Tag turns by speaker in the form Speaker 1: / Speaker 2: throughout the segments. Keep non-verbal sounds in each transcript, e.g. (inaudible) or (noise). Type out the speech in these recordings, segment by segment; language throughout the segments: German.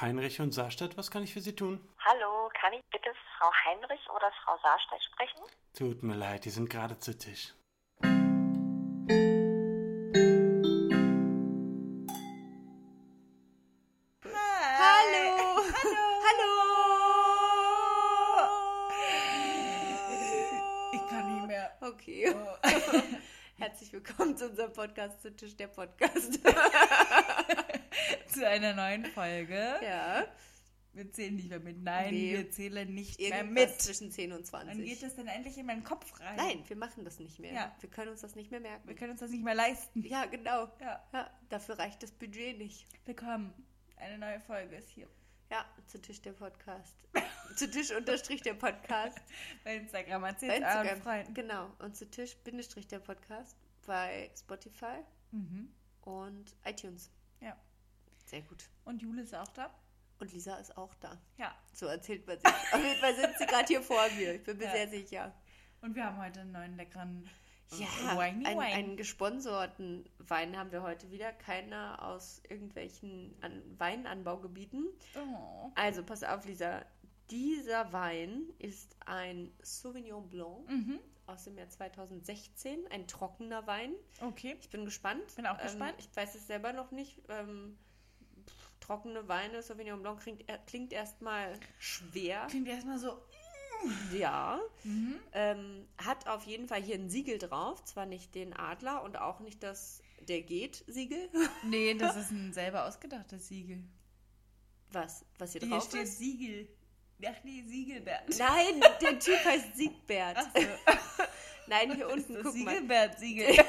Speaker 1: Heinrich und Saarstadt, was kann ich für Sie tun?
Speaker 2: Hallo, kann ich bitte Frau Heinrich oder Frau Saarstedt sprechen?
Speaker 1: Tut mir leid, die sind gerade zu Tisch.
Speaker 3: Hallo.
Speaker 4: Hallo. Ich kann nicht mehr.
Speaker 3: Okay.
Speaker 4: Oh. (laughs)
Speaker 3: Herzlich willkommen zu unserem Podcast zu Tisch der
Speaker 4: (laughs)
Speaker 3: Podcast.
Speaker 4: Zu einer neuen Folge.
Speaker 3: ja.
Speaker 4: Wir zählen nicht mehr mit. Nein,
Speaker 3: Nee.
Speaker 4: wir zählen nicht mehr
Speaker 3: Irgendwas
Speaker 4: mit.
Speaker 3: zwischen 10 und 20.
Speaker 4: Dann geht es dann endlich in meinen Kopf rein.
Speaker 3: Nein, wir machen das nicht mehr.
Speaker 4: Ja.
Speaker 3: Wir können uns das nicht mehr merken.
Speaker 4: Wir können uns das nicht mehr leisten.
Speaker 3: ja, genau.
Speaker 4: Ja.
Speaker 3: Ja, dafür reicht das Budget nicht.
Speaker 4: Willkommen. Eine neue Folge ist hier.
Speaker 3: Ja, zu Tisch der Podcast. zu Tisch unterstrich der Podcast.
Speaker 4: Bei Instagram
Speaker 3: Bei
Speaker 4: erzählt euren
Speaker 3: Instagram.
Speaker 4: Freunden.
Speaker 3: Genau. Und zu Tisch Bindestrich der Podcast bei Spotify
Speaker 4: Mhm.
Speaker 3: und iTunes.
Speaker 4: Ja.
Speaker 3: Sehr gut.
Speaker 4: Und Jule ist auch da?
Speaker 3: Und Lisa ist auch da.
Speaker 4: Ja.
Speaker 3: So erzählt man sich. Auf jeden Fall sitzt sie gerade hier vor mir. Ich bin mir
Speaker 4: Ja.
Speaker 3: sehr sicher.
Speaker 4: Und wir haben heute einen neuen leckeren
Speaker 3: Ja,
Speaker 4: Winey
Speaker 3: einen,
Speaker 4: Wine.
Speaker 3: einen gesponsorten Wein haben wir heute wieder. Keiner aus irgendwelchen An Weinanbaugebieten.
Speaker 4: Oh.
Speaker 3: Also, pass auf, Lisa. Dieser Wein ist ein Sauvignon Blanc
Speaker 4: Mhm.
Speaker 3: aus dem Jahr 2016. Ein trockener Wein.
Speaker 4: Okay.
Speaker 3: Ich bin gespannt.
Speaker 4: Bin auch gespannt.
Speaker 3: Ähm, ich weiß es selber noch nicht. Ähm, pff, trockene Weine, Sauvignon Blanc klingt, er- klingt erstmal schwer.
Speaker 4: Klingt erstmal so.
Speaker 3: Ja.
Speaker 4: Mhm.
Speaker 3: Ähm, hat auf jeden Fall hier ein Siegel drauf, zwar nicht den Adler und auch nicht das Der geht-Siegel.
Speaker 4: Nee, das ist ein selber ausgedachtes Siegel.
Speaker 3: (laughs) Was? Was hier
Speaker 4: Hier
Speaker 3: drauf
Speaker 4: steht
Speaker 3: ist?
Speaker 4: Siegel. Ach nee, Siegelbert.
Speaker 3: Nein, der Typ heißt Siegbert.
Speaker 4: Ach so.
Speaker 3: Nein, (laughs) hier unten,
Speaker 4: Das
Speaker 3: guck mal.
Speaker 4: Siegelbert,
Speaker 3: (laughs)
Speaker 4: Siegel.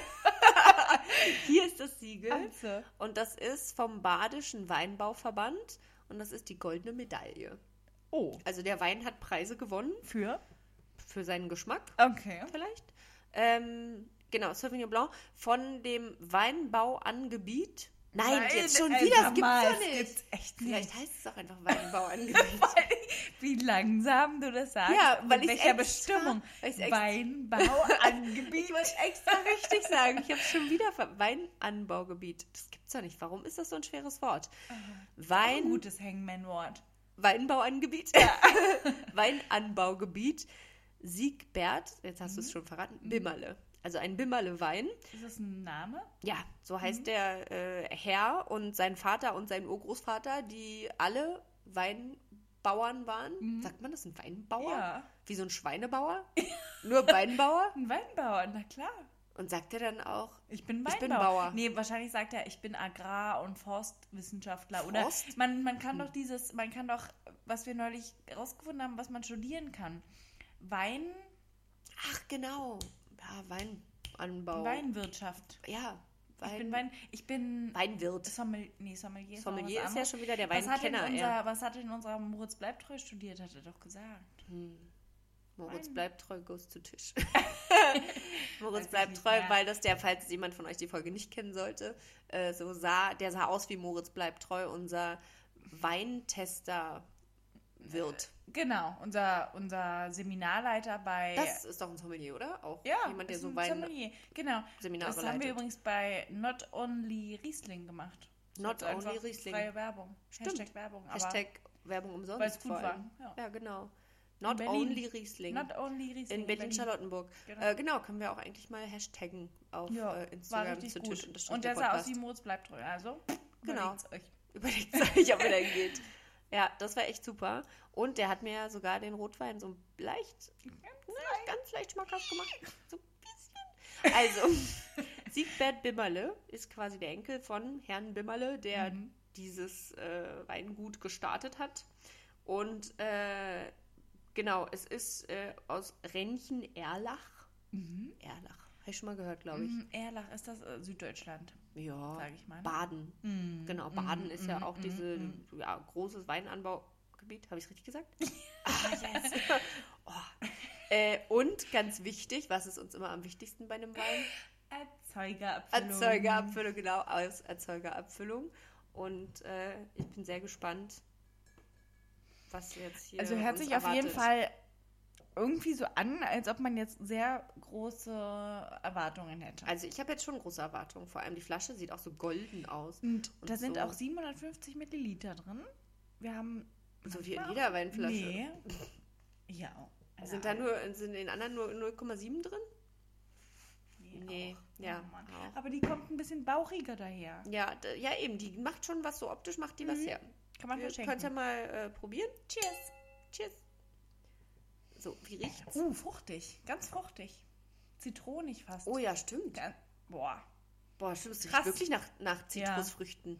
Speaker 3: Hier ist das Siegel.
Speaker 4: Also.
Speaker 3: Und das ist vom Badischen Weinbauverband. Und das ist die goldene Medaille.
Speaker 4: Oh.
Speaker 3: Also der Wein hat Preise gewonnen
Speaker 4: Für?
Speaker 3: für seinen Geschmack.
Speaker 4: Okay.
Speaker 3: vielleicht. Ähm, genau, Sauvignon Blanc von dem Weinbauangebiet. Nein, jetzt schon
Speaker 4: also
Speaker 3: wieder, das gibt's
Speaker 4: mal,
Speaker 3: ja
Speaker 4: es
Speaker 3: nicht.
Speaker 4: Gibt's echt nicht.
Speaker 3: Vielleicht heißt es auch einfach (laughs) Weinbauangebiet.
Speaker 4: Wie langsam du das sagst.
Speaker 3: Ja,
Speaker 4: und
Speaker 3: weil
Speaker 4: mit
Speaker 3: ich's
Speaker 4: welcher
Speaker 3: extra-
Speaker 4: Bestimmung.
Speaker 3: weil ich's extra-
Speaker 4: Weinbauangebiet.
Speaker 3: (laughs) ich wollte
Speaker 4: (laughs)
Speaker 3: extra richtig sagen. Ich habe schon wieder ver Weinanbaugebiet. Das gibt's doch nicht. Warum ist das so ein schweres Wort?
Speaker 4: Ein
Speaker 3: Wein,
Speaker 4: gutes Hangman-Wort.
Speaker 3: Weinbauangebiet. (laughs) Weinanbaugebiet. Siegbert, jetzt hast du es schon verraten, Bimmerle. Also ein Bimmerle-Wein.
Speaker 4: Ist das ein Name?
Speaker 3: Ja, so heißt der äh, Herr und sein Vater und sein Urgroßvater, die alle Weinbauern waren. Sagt man das, ein Weinbauer?
Speaker 4: Ja.
Speaker 3: Wie so ein (laughs) Schweinebauer? Nur Weinbauer?
Speaker 4: Ein Weinbauer, na klar.
Speaker 3: Und sagt er dann auch,
Speaker 4: Ich bin Weinbauer.
Speaker 3: Ich bin Bauer.
Speaker 4: Nee, wahrscheinlich sagt er, ich bin Agrar- und Forstwissenschaftler. Oder
Speaker 3: Forst? Hm.
Speaker 4: man, man kann doch dieses, man kann doch, was wir neulich rausgefunden haben, was man studieren kann. Wein,
Speaker 3: ach genau, ja, Weinanbau.
Speaker 4: Weinwirtschaft.
Speaker 3: Ja, Wein,
Speaker 4: Ich bin Wein, ich bin
Speaker 3: Weinwirt.
Speaker 4: Sommel, nee, Sommelier. ist noch
Speaker 3: Sommelier
Speaker 4: was
Speaker 3: ist ja
Speaker 4: anderes.
Speaker 3: schon wieder der
Speaker 4: was hat, denn
Speaker 3: Weinkenner. ja.
Speaker 4: unser, was hat denn unser Moritz Bleibtreu studiert, hat er doch gesagt.
Speaker 3: Moritz
Speaker 4: Wein.
Speaker 3: bleibt treu, goes
Speaker 4: (laughs)
Speaker 3: zu Tisch. (laughs)
Speaker 4: Weiß
Speaker 3: Moritz
Speaker 4: ich
Speaker 3: bleibt
Speaker 4: nicht
Speaker 3: treu,
Speaker 4: mehr.
Speaker 3: weil das der, falls jemand von euch die Folge nicht kennen sollte, äh, so sah, der sah aus wie Moritz bleibt treu, unser Weintester wird.
Speaker 4: Genau, unser, unser Seminarleiter bei.
Speaker 3: Das ist doch ein Sommelier, oder? Auch
Speaker 4: Äh, ja,
Speaker 3: jemand, der
Speaker 4: ist
Speaker 3: so
Speaker 4: ein
Speaker 3: Weinseminare
Speaker 4: Sommelier. Genau. Das haben wir
Speaker 3: leitet.
Speaker 4: übrigens bei Not Only Riesling gemacht. Das
Speaker 3: Not
Speaker 4: ist einfach
Speaker 3: Only Riesling.
Speaker 4: Freie Werbung.
Speaker 3: Stimmt.
Speaker 4: Hashtag Werbung. aber
Speaker 3: Hashtag Werbung umsonst.
Speaker 4: Weil es gut
Speaker 3: vor
Speaker 4: war.
Speaker 3: allem.
Speaker 4: Ja.
Speaker 3: Ja, genau. Not
Speaker 4: Berlin.
Speaker 3: only Riesling.
Speaker 4: Not Only Riesling.
Speaker 3: in Berlin-Charlottenburg.
Speaker 4: Genau.
Speaker 3: Äh, genau, können wir auch eigentlich mal hashtaggen auf
Speaker 4: Ja,
Speaker 3: äh,
Speaker 4: war
Speaker 3: Instagram
Speaker 4: richtig
Speaker 3: zu
Speaker 4: gut.
Speaker 3: Tisch unterstrich
Speaker 4: Und
Speaker 3: der
Speaker 4: der sah aus
Speaker 3: Podcast.
Speaker 4: wie Moritz Bleibtreu. Also,
Speaker 3: Genau.
Speaker 4: überlegt's euch.
Speaker 3: (laughs) überlegt euch, ob er dann
Speaker 4: (laughs)
Speaker 3: geht. Ja, das war echt super. Und der hat mir sogar den Rotwein so leicht, na, ganz leicht schmackhaft gemacht. So ein bisschen. Also, (laughs) Siegbert Bimmerle ist quasi der Enkel von Herrn Bimmerle, der
Speaker 4: Mhm.
Speaker 3: dieses äh, Weingut gestartet hat. Und äh, genau, es ist äh, aus Renchen-Erlach.
Speaker 4: Mhm.
Speaker 3: Erlach, habe ich schon mal gehört, glaube ich.
Speaker 4: Mm, Erlach, ist das äh, Süddeutschland?
Speaker 3: Ja,
Speaker 4: Sag ich mal.
Speaker 3: Baden.
Speaker 4: Mm,
Speaker 3: Genau,
Speaker 4: mm,
Speaker 3: Baden ist ja
Speaker 4: mm,
Speaker 3: auch
Speaker 4: mm,
Speaker 3: diese
Speaker 4: mm.
Speaker 3: ja, großes Weinanbaugebiet, habe ich richtig gesagt?
Speaker 4: (laughs)
Speaker 3: (laughs) oh. äh, und ganz wichtig, was ist uns immer am wichtigsten bei einem Wein?
Speaker 4: Erzeugerabfüllung.
Speaker 3: Erzeugerabfüllung, genau, aus Erzeugerabfüllung. Und äh, ich bin sehr gespannt, was jetzt hier.
Speaker 4: Also hört
Speaker 3: uns
Speaker 4: sich auf jeden
Speaker 3: erwartet.
Speaker 4: Fall irgendwie so an, als ob man jetzt sehr große Erwartungen hätte.
Speaker 3: Also ich habe jetzt schon große Erwartungen.
Speaker 4: Mhm.
Speaker 3: Vor allem die Flasche sieht auch so golden aus.
Speaker 4: und da
Speaker 3: und
Speaker 4: sind
Speaker 3: so.
Speaker 4: auch 750 Milliliter drin, wir haben.
Speaker 3: So wie in jeder Weinflasche.
Speaker 4: Nee. Ja.
Speaker 3: Sind da nur, sind in den anderen nur 0,7 drin? Nee,
Speaker 4: auch.
Speaker 3: ja,
Speaker 4: Oh Mann.
Speaker 3: auch.
Speaker 4: Aber die kommt ein bisschen bauchiger daher.
Speaker 3: Ja, d- ja eben, die macht schon was, so optisch macht die was
Speaker 4: Mhm.
Speaker 3: her.
Speaker 4: Kann man
Speaker 3: Ihr
Speaker 4: verschenken.
Speaker 3: könnt ja mal äh, probieren. Cheers. Cheers. So, wie riecht's?
Speaker 4: Uh, fruchtig. Ganz fruchtig. Zitronig fast.
Speaker 3: Oh ja, stimmt.
Speaker 4: Ganz, boah.
Speaker 3: Boah, stimmt, es riecht
Speaker 4: Krass.
Speaker 3: wirklich nach, nach
Speaker 4: Ja.
Speaker 3: Zitrusfrüchten.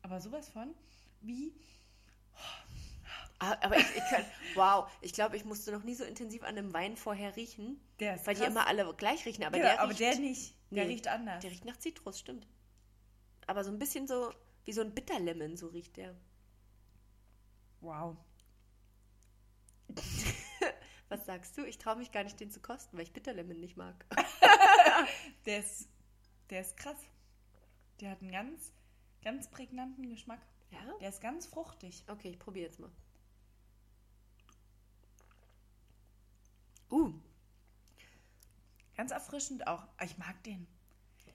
Speaker 4: Aber sowas von wie.
Speaker 3: Ah, Aber ich, ich
Speaker 4: (laughs)
Speaker 3: kann, wow, ich glaube, ich musste noch nie so intensiv an einem Wein vorher riechen,
Speaker 4: Der ist
Speaker 3: weil die
Speaker 4: krass.
Speaker 3: immer alle gleich riechen, aber,
Speaker 4: Genau,
Speaker 3: der,
Speaker 4: aber
Speaker 3: riecht,
Speaker 4: der nicht. Der
Speaker 3: Nee.
Speaker 4: riecht anders.
Speaker 3: der riecht nach Zitrus, stimmt. Aber so ein bisschen so, wie so ein Bitterlemon, so riecht der.
Speaker 4: Wow.
Speaker 3: (laughs) Was sagst du? Ich traue mich gar nicht, den zu kosten, weil ich Bitterlemon nicht mag.
Speaker 4: Der ist, der ist krass. Der hat einen ganz, ganz prägnanten Geschmack.
Speaker 3: Ja?
Speaker 4: Der ist ganz fruchtig.
Speaker 3: Okay, ich probiere jetzt mal. Uh,
Speaker 4: Ganz erfrischend auch. Ah, Ich mag den.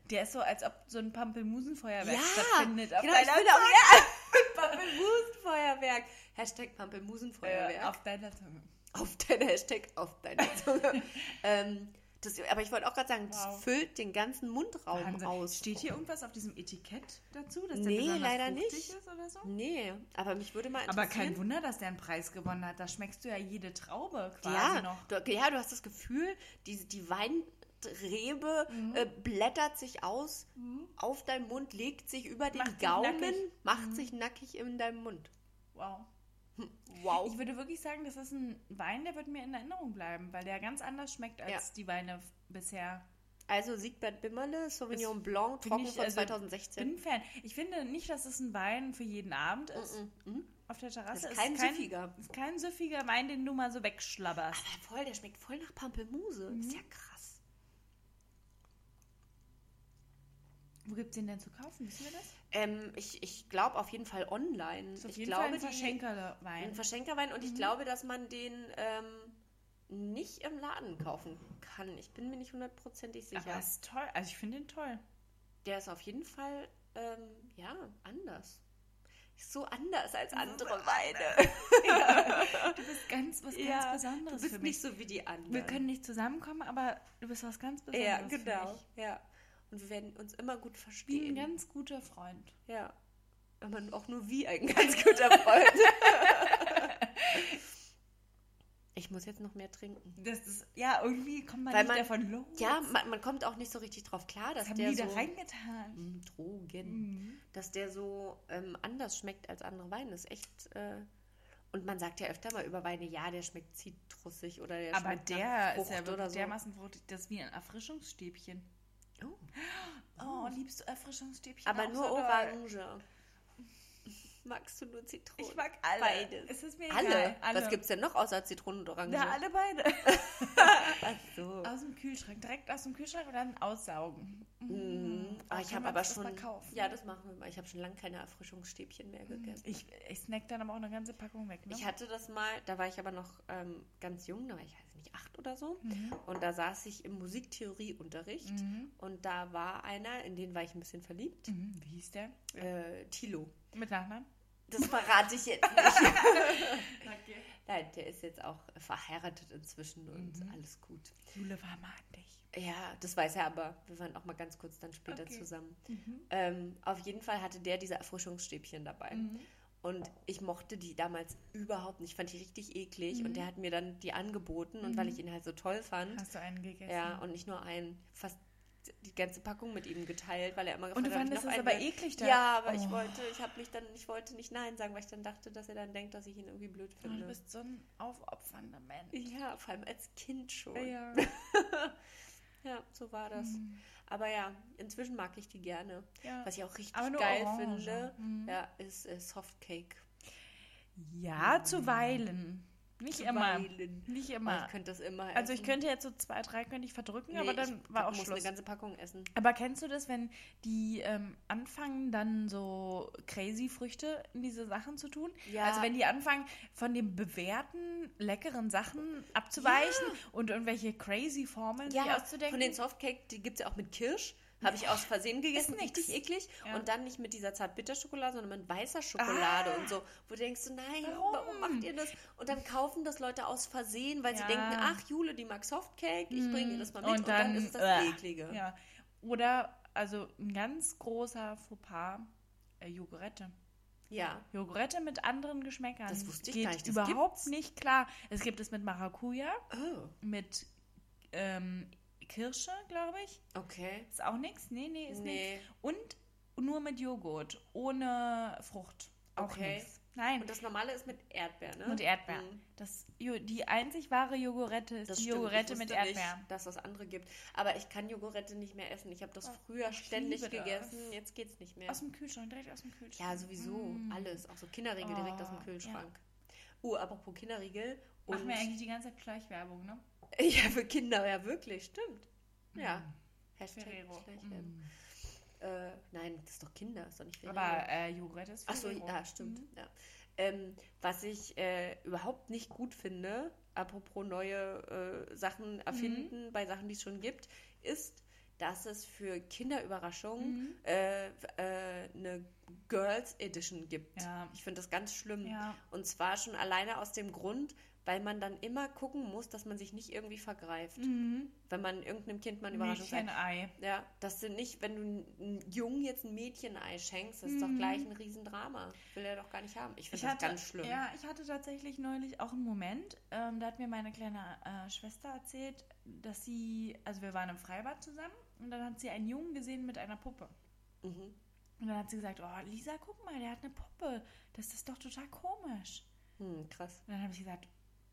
Speaker 4: Der ist so, als ob so ein Pampelmusenfeuerwerk
Speaker 3: Ja,
Speaker 4: stattfindet. Auf
Speaker 3: genau, ich
Speaker 4: deiner
Speaker 3: bin
Speaker 4: Zunge.
Speaker 3: auch, ja. (laughs) Pampelmusenfeuerwerk. Hashtag Pampelmusenfeuerwerk.
Speaker 4: Äh, auf deiner Zunge.
Speaker 3: auf deine Hashtag, auf deine
Speaker 4: (laughs)
Speaker 3: Zunge. ähm, das, aber ich wollte auch gerade sagen, das
Speaker 4: Wow.
Speaker 3: füllt den ganzen Mundraum
Speaker 4: Wahnsinn.
Speaker 3: aus.
Speaker 4: Steht hier irgendwas auf diesem Etikett dazu, dass der
Speaker 3: Nee,
Speaker 4: besonders
Speaker 3: leider
Speaker 4: fruchtig
Speaker 3: nicht.
Speaker 4: ist oder so?
Speaker 3: Nee, aber mich würde mal
Speaker 4: Aber
Speaker 3: interessieren.
Speaker 4: kein Wunder, dass der einen Preis gewonnen hat. Da schmeckst du ja jede Traube quasi
Speaker 3: ja,
Speaker 4: noch.
Speaker 3: Du, ja, du hast das Gefühl, die, die Weinrebe
Speaker 4: Mhm.
Speaker 3: äh, blättert sich aus auf deinen Mund, legt sich über den
Speaker 4: Macht sich
Speaker 3: Gaumen,
Speaker 4: nackig. Mhm.
Speaker 3: macht sich nackig in deinem Mund.
Speaker 4: Wow.
Speaker 3: Wow.
Speaker 4: Ich würde wirklich sagen, das ist ein Wein, der wird mir in Erinnerung bleiben, weil der ganz anders schmeckt als
Speaker 3: Ja.
Speaker 4: die Weine f- bisher.
Speaker 3: Also Siegbert Bimmerle, Sauvignon
Speaker 4: Das
Speaker 3: Blanc,
Speaker 4: Bin
Speaker 3: trocken
Speaker 4: ich-
Speaker 3: von
Speaker 4: also,
Speaker 3: 2016.
Speaker 4: Bin Fan. Ich finde nicht, dass es ein Wein für jeden Abend ist.
Speaker 3: Mhm.
Speaker 4: Auf der Terrasse
Speaker 3: Das ist
Speaker 4: ist
Speaker 3: kein
Speaker 4: es kein
Speaker 3: süffiger.
Speaker 4: Ist kein süffiger Wein, den du mal so wegschlabberst.
Speaker 3: Aber voll, der schmeckt voll nach Pampelmuse.
Speaker 4: Mhm.
Speaker 3: Ist ja krass.
Speaker 4: Wo gibt's den denn zu kaufen? Wissen wir das?
Speaker 3: Ähm, ich ich glaube auf jeden Fall online.
Speaker 4: Ist auf
Speaker 3: ich
Speaker 4: jeden
Speaker 3: glaube,
Speaker 4: Fall ein
Speaker 3: die-
Speaker 4: Verschenkerwein.
Speaker 3: Ein Verschenkerwein und ich
Speaker 4: Mhm.
Speaker 3: glaube, dass man den ähm, nicht im Laden kaufen kann. Ich bin mir nicht hundertprozentig sicher.
Speaker 4: Aber ist toll. Also ich finde den (laughs) toll.
Speaker 3: Der ist auf jeden Fall, ähm, ja, anders. Ist so anders als andere Weine.
Speaker 4: (laughs) Das ist ganz was ganz
Speaker 3: Ja,
Speaker 4: Besonderes
Speaker 3: Du bist
Speaker 4: für mich.
Speaker 3: nicht so wie die anderen.
Speaker 4: wir können nicht zusammenkommen, aber du bist was ganz
Speaker 3: ja,
Speaker 4: Besonderes für
Speaker 3: genau.
Speaker 4: mich.
Speaker 3: Ja. Und wir werden uns immer gut
Speaker 4: Wie ein
Speaker 3: verstehen.
Speaker 4: ganz guter Freund.
Speaker 3: ja. Aber auch nur wie ein (laughs) ganz guter
Speaker 4: (laughs)
Speaker 3: Freund. ich muss jetzt noch mehr trinken.
Speaker 4: Das ist, ja, irgendwie kommt man
Speaker 3: Weil
Speaker 4: nicht
Speaker 3: man-
Speaker 4: davon los.
Speaker 3: Ja, man, man kommt auch nicht so richtig drauf klar, dass
Speaker 4: das haben
Speaker 3: der
Speaker 4: die da
Speaker 3: so
Speaker 4: reingetan.
Speaker 3: Mm, Drogen.
Speaker 4: Mhm.
Speaker 3: dass der so ähm, anders schmeckt als andere Weine. Ist echt. Äh, und man sagt ja öfter mal über Weine, ja, der schmeckt zitrusig oder der
Speaker 4: Aber
Speaker 3: schmeckt nach
Speaker 4: der
Speaker 3: Frucht
Speaker 4: ist ja
Speaker 3: oder
Speaker 4: wirklich
Speaker 3: so.
Speaker 4: dermaßen fruchtig, das ist wie ein Erfrischungsstäbchen.
Speaker 3: Oh.
Speaker 4: Oh, liebst du Erfrischungsstäbchen?
Speaker 3: Aber
Speaker 4: auch
Speaker 3: nur
Speaker 4: so doll?
Speaker 3: Orange. (laughs) Magst du nur Zitronen?
Speaker 4: Ich mag alle.
Speaker 3: Beides.
Speaker 4: Es ist mir
Speaker 3: alle.
Speaker 4: egal. alle.
Speaker 3: Was gibt's denn noch außer Zitronen und Orange?
Speaker 4: Ja, alle Ähm, beide.
Speaker 3: (laughs) Ach so.
Speaker 4: aus dem Kühlschrank. Direkt aus dem Kühlschrank und dann aussaugen.
Speaker 3: Mhm. Ah,
Speaker 4: Da
Speaker 3: ich
Speaker 4: kann
Speaker 3: habe
Speaker 4: man
Speaker 3: aber
Speaker 4: sich das mal
Speaker 3: schon.
Speaker 4: kaufen. Hm.
Speaker 3: Ja, das machen wir mal. Ich habe schon lange keine Erfrischungsstäbchen mehr gegessen.
Speaker 4: Ich, ich snack dann aber auch eine ganze Packung weg. Ne?
Speaker 3: Ich hatte das mal, da war ich aber noch ähm, ganz jung, da war ich, weiß nicht, acht oder so.
Speaker 4: Mhm.
Speaker 3: Und da saß ich im Musiktheorieunterricht
Speaker 4: Mhm.
Speaker 3: und da war einer, in den war ich ein bisschen verliebt,
Speaker 4: Mhm. Wie hieß der?
Speaker 3: äh, Tilo.
Speaker 4: Mit Nachnamen?
Speaker 3: Das verrate ich jetzt nicht.
Speaker 4: (laughs) Okay.
Speaker 3: Nein, der ist jetzt auch verheiratet inzwischen und
Speaker 4: Mhm.
Speaker 3: alles gut.
Speaker 4: Jule war mal an dich.
Speaker 3: Ja, das weiß er aber. Wir waren auch mal ganz kurz dann später
Speaker 4: Okay.
Speaker 3: zusammen. Ähm, auf jeden Fall hatte der diese Erfrischungsstäbchen dabei.
Speaker 4: Mhm.
Speaker 3: Und ich mochte die damals überhaupt nicht. Ich fand die richtig eklig.
Speaker 4: Mhm.
Speaker 3: Und der hat mir dann die angeboten. Und weil ich ihn halt so toll fand,
Speaker 4: Hast du einen gegessen?
Speaker 3: Ja, und nicht nur einen, fast die ganze Packung mit ihm geteilt, weil er immer
Speaker 4: Und
Speaker 3: gefragt
Speaker 4: du
Speaker 3: hat, ob ich
Speaker 4: fandest
Speaker 3: noch
Speaker 4: es
Speaker 3: einen
Speaker 4: aber
Speaker 3: will.
Speaker 4: eklig da.
Speaker 3: Ja, aber
Speaker 4: Oh.
Speaker 3: ich wollte, ich habe mich dann, ich wollte nicht nein sagen, weil ich dann dachte, dass er dann denkt, dass ich ihn irgendwie blöd
Speaker 4: Oh, du
Speaker 3: finde.
Speaker 4: bist so ein aufopfernder Mensch.
Speaker 3: ja, vor allem als Kind schon.
Speaker 4: Ja.
Speaker 3: Ja,
Speaker 4: (laughs) Mhm.
Speaker 3: so war das. Aber ja, inzwischen mag ich die gerne.
Speaker 4: Ja.
Speaker 3: Was ich auch richtig
Speaker 4: Aber nur
Speaker 3: geil
Speaker 4: Orange.
Speaker 3: finde,
Speaker 4: Mhm.
Speaker 3: ja, ist äh, Softcake.
Speaker 4: ja, zuweilen. Nicht immer.
Speaker 3: Weilen.
Speaker 4: Nicht
Speaker 3: Oh,
Speaker 4: immer.
Speaker 3: ich könnte das immer
Speaker 4: also ich
Speaker 3: essen.
Speaker 4: könnte jetzt so zwei, drei könnte ich verdrücken,
Speaker 3: Nee,
Speaker 4: aber dann
Speaker 3: ich
Speaker 4: war auch
Speaker 3: muss
Speaker 4: Schluss.
Speaker 3: eine ganze Packung essen.
Speaker 4: Aber kennst du das, wenn die ähm, anfangen, dann so crazy Früchte in diese Sachen zu tun?
Speaker 3: Ja.
Speaker 4: Also wenn die anfangen, von den bewährten, leckeren Sachen abzuweichen und irgendwelche crazy Formeln sich
Speaker 3: Ja,
Speaker 4: auszudenken.
Speaker 3: von den Softcake, die gibt es ja auch mit Kirsch. Habe ich aus Versehen gegessen,
Speaker 4: Ist nix.
Speaker 3: richtig eklig.
Speaker 4: Ja.
Speaker 3: Und dann nicht mit dieser Zartbitterschokolade, sondern mit weißer Schokolade
Speaker 4: Ah.
Speaker 3: und so. Wo du denkst, du, nein,
Speaker 4: Warum?
Speaker 3: warum? macht ihr das? Und dann kaufen das Leute aus Versehen, weil
Speaker 4: Ja. Mm.
Speaker 3: sie denken, ach, Jule, die mag Softcake, ich bringe ihr das mal mit. Und, dann, ist das
Speaker 4: äh,
Speaker 3: Eklige.
Speaker 4: Ja. Oder, also ein ganz großer Fauxpas, äh, Jogurette.
Speaker 3: ja.
Speaker 4: Jogurette mit anderen Geschmäckern.
Speaker 3: Das wusste ich
Speaker 4: Geht
Speaker 3: gar nicht, das
Speaker 4: überhaupt
Speaker 3: gibt's.
Speaker 4: nicht klar. Es gibt es mit Maracuja,
Speaker 3: Oh,
Speaker 4: mit ähm, Kirsche, glaube ich.
Speaker 3: okay.
Speaker 4: Ist auch nichts? Nee, nee, ist
Speaker 3: Nee.
Speaker 4: nichts. Und nur mit Joghurt, ohne Frucht. Auch
Speaker 3: Okay.
Speaker 4: nichts. Nein.
Speaker 3: Und das Normale ist mit Erdbeer, ne?
Speaker 4: mit Erdbeer.
Speaker 3: Mhm.
Speaker 4: Das, Jo- die einzig wahre Jogurette ist
Speaker 3: Das
Speaker 4: die
Speaker 3: stimmt, ich
Speaker 4: Jogurette mit
Speaker 3: wusste
Speaker 4: Erdbeer.
Speaker 3: Nicht, dass es andere gibt. Aber ich kann Jogurette nicht mehr essen. Ich habe das
Speaker 4: Oh,
Speaker 3: früher
Speaker 4: ich
Speaker 3: ständig
Speaker 4: liebe das.
Speaker 3: gegessen. Jetzt geht's nicht mehr.
Speaker 4: Aus dem Kühlschrank, direkt aus dem Kühlschrank.
Speaker 3: Ja, sowieso.
Speaker 4: Mm.
Speaker 3: Alles. Auch so Kinderriegel direkt aus
Speaker 4: Oh,
Speaker 3: dem Kühlschrank. Uh, apropos Kinderriegel. Und
Speaker 4: Machen wir eigentlich die ganze Zeit Schleichwerbung, ne?
Speaker 3: (laughs) ja, für Kinder, ja wirklich, stimmt. Ja.
Speaker 4: Mm.
Speaker 3: Hashtag
Speaker 4: Ferrero.
Speaker 3: Schleichwerbung.
Speaker 4: Mm.
Speaker 3: äh, Nein, das ist doch Kinder, ist doch nicht Ferrero.
Speaker 4: Aber äh, Jogurette ist
Speaker 3: Achso,
Speaker 4: Ferrero.
Speaker 3: ja, stimmt.
Speaker 4: Mhm.
Speaker 3: Ja. Ähm, was ich äh, überhaupt nicht gut finde, apropos neue äh, Sachen erfinden
Speaker 4: Mhm.
Speaker 3: bei Sachen, die es schon gibt, ist, dass es für Kinderüberraschungen
Speaker 4: Mhm.
Speaker 3: äh, äh, eine Girls Edition gibt.
Speaker 4: Ja.
Speaker 3: Ich finde das ganz schlimm.
Speaker 4: Ja.
Speaker 3: Und zwar schon alleine aus dem Grund, weil man dann immer gucken muss, dass man sich nicht irgendwie vergreift,
Speaker 4: Mhm.
Speaker 3: wenn man irgendeinem Kind mal ein Überraschungsei
Speaker 4: Mädchenei.
Speaker 3: ja, das sind nicht, wenn du einem Jungen jetzt ein Mädchenei schenkst, das ist
Speaker 4: Mhm.
Speaker 3: doch gleich ein Riesendrama. Will er doch gar nicht haben. Ich
Speaker 4: Ich
Speaker 3: finde das
Speaker 4: hatte,
Speaker 3: ganz schlimm.
Speaker 4: Ja, ich hatte tatsächlich neulich auch einen Moment, ähm, da hat mir meine kleine äh, Schwester erzählt, dass sie, also wir waren im Freibad zusammen und dann hat sie einen Jungen gesehen mit einer Puppe.
Speaker 3: Mhm.
Speaker 4: Und dann hat sie gesagt, oh Lisa, guck mal, der hat eine Puppe. Das ist doch total komisch.
Speaker 3: Hm, krass.
Speaker 4: Und dann habe ich gesagt,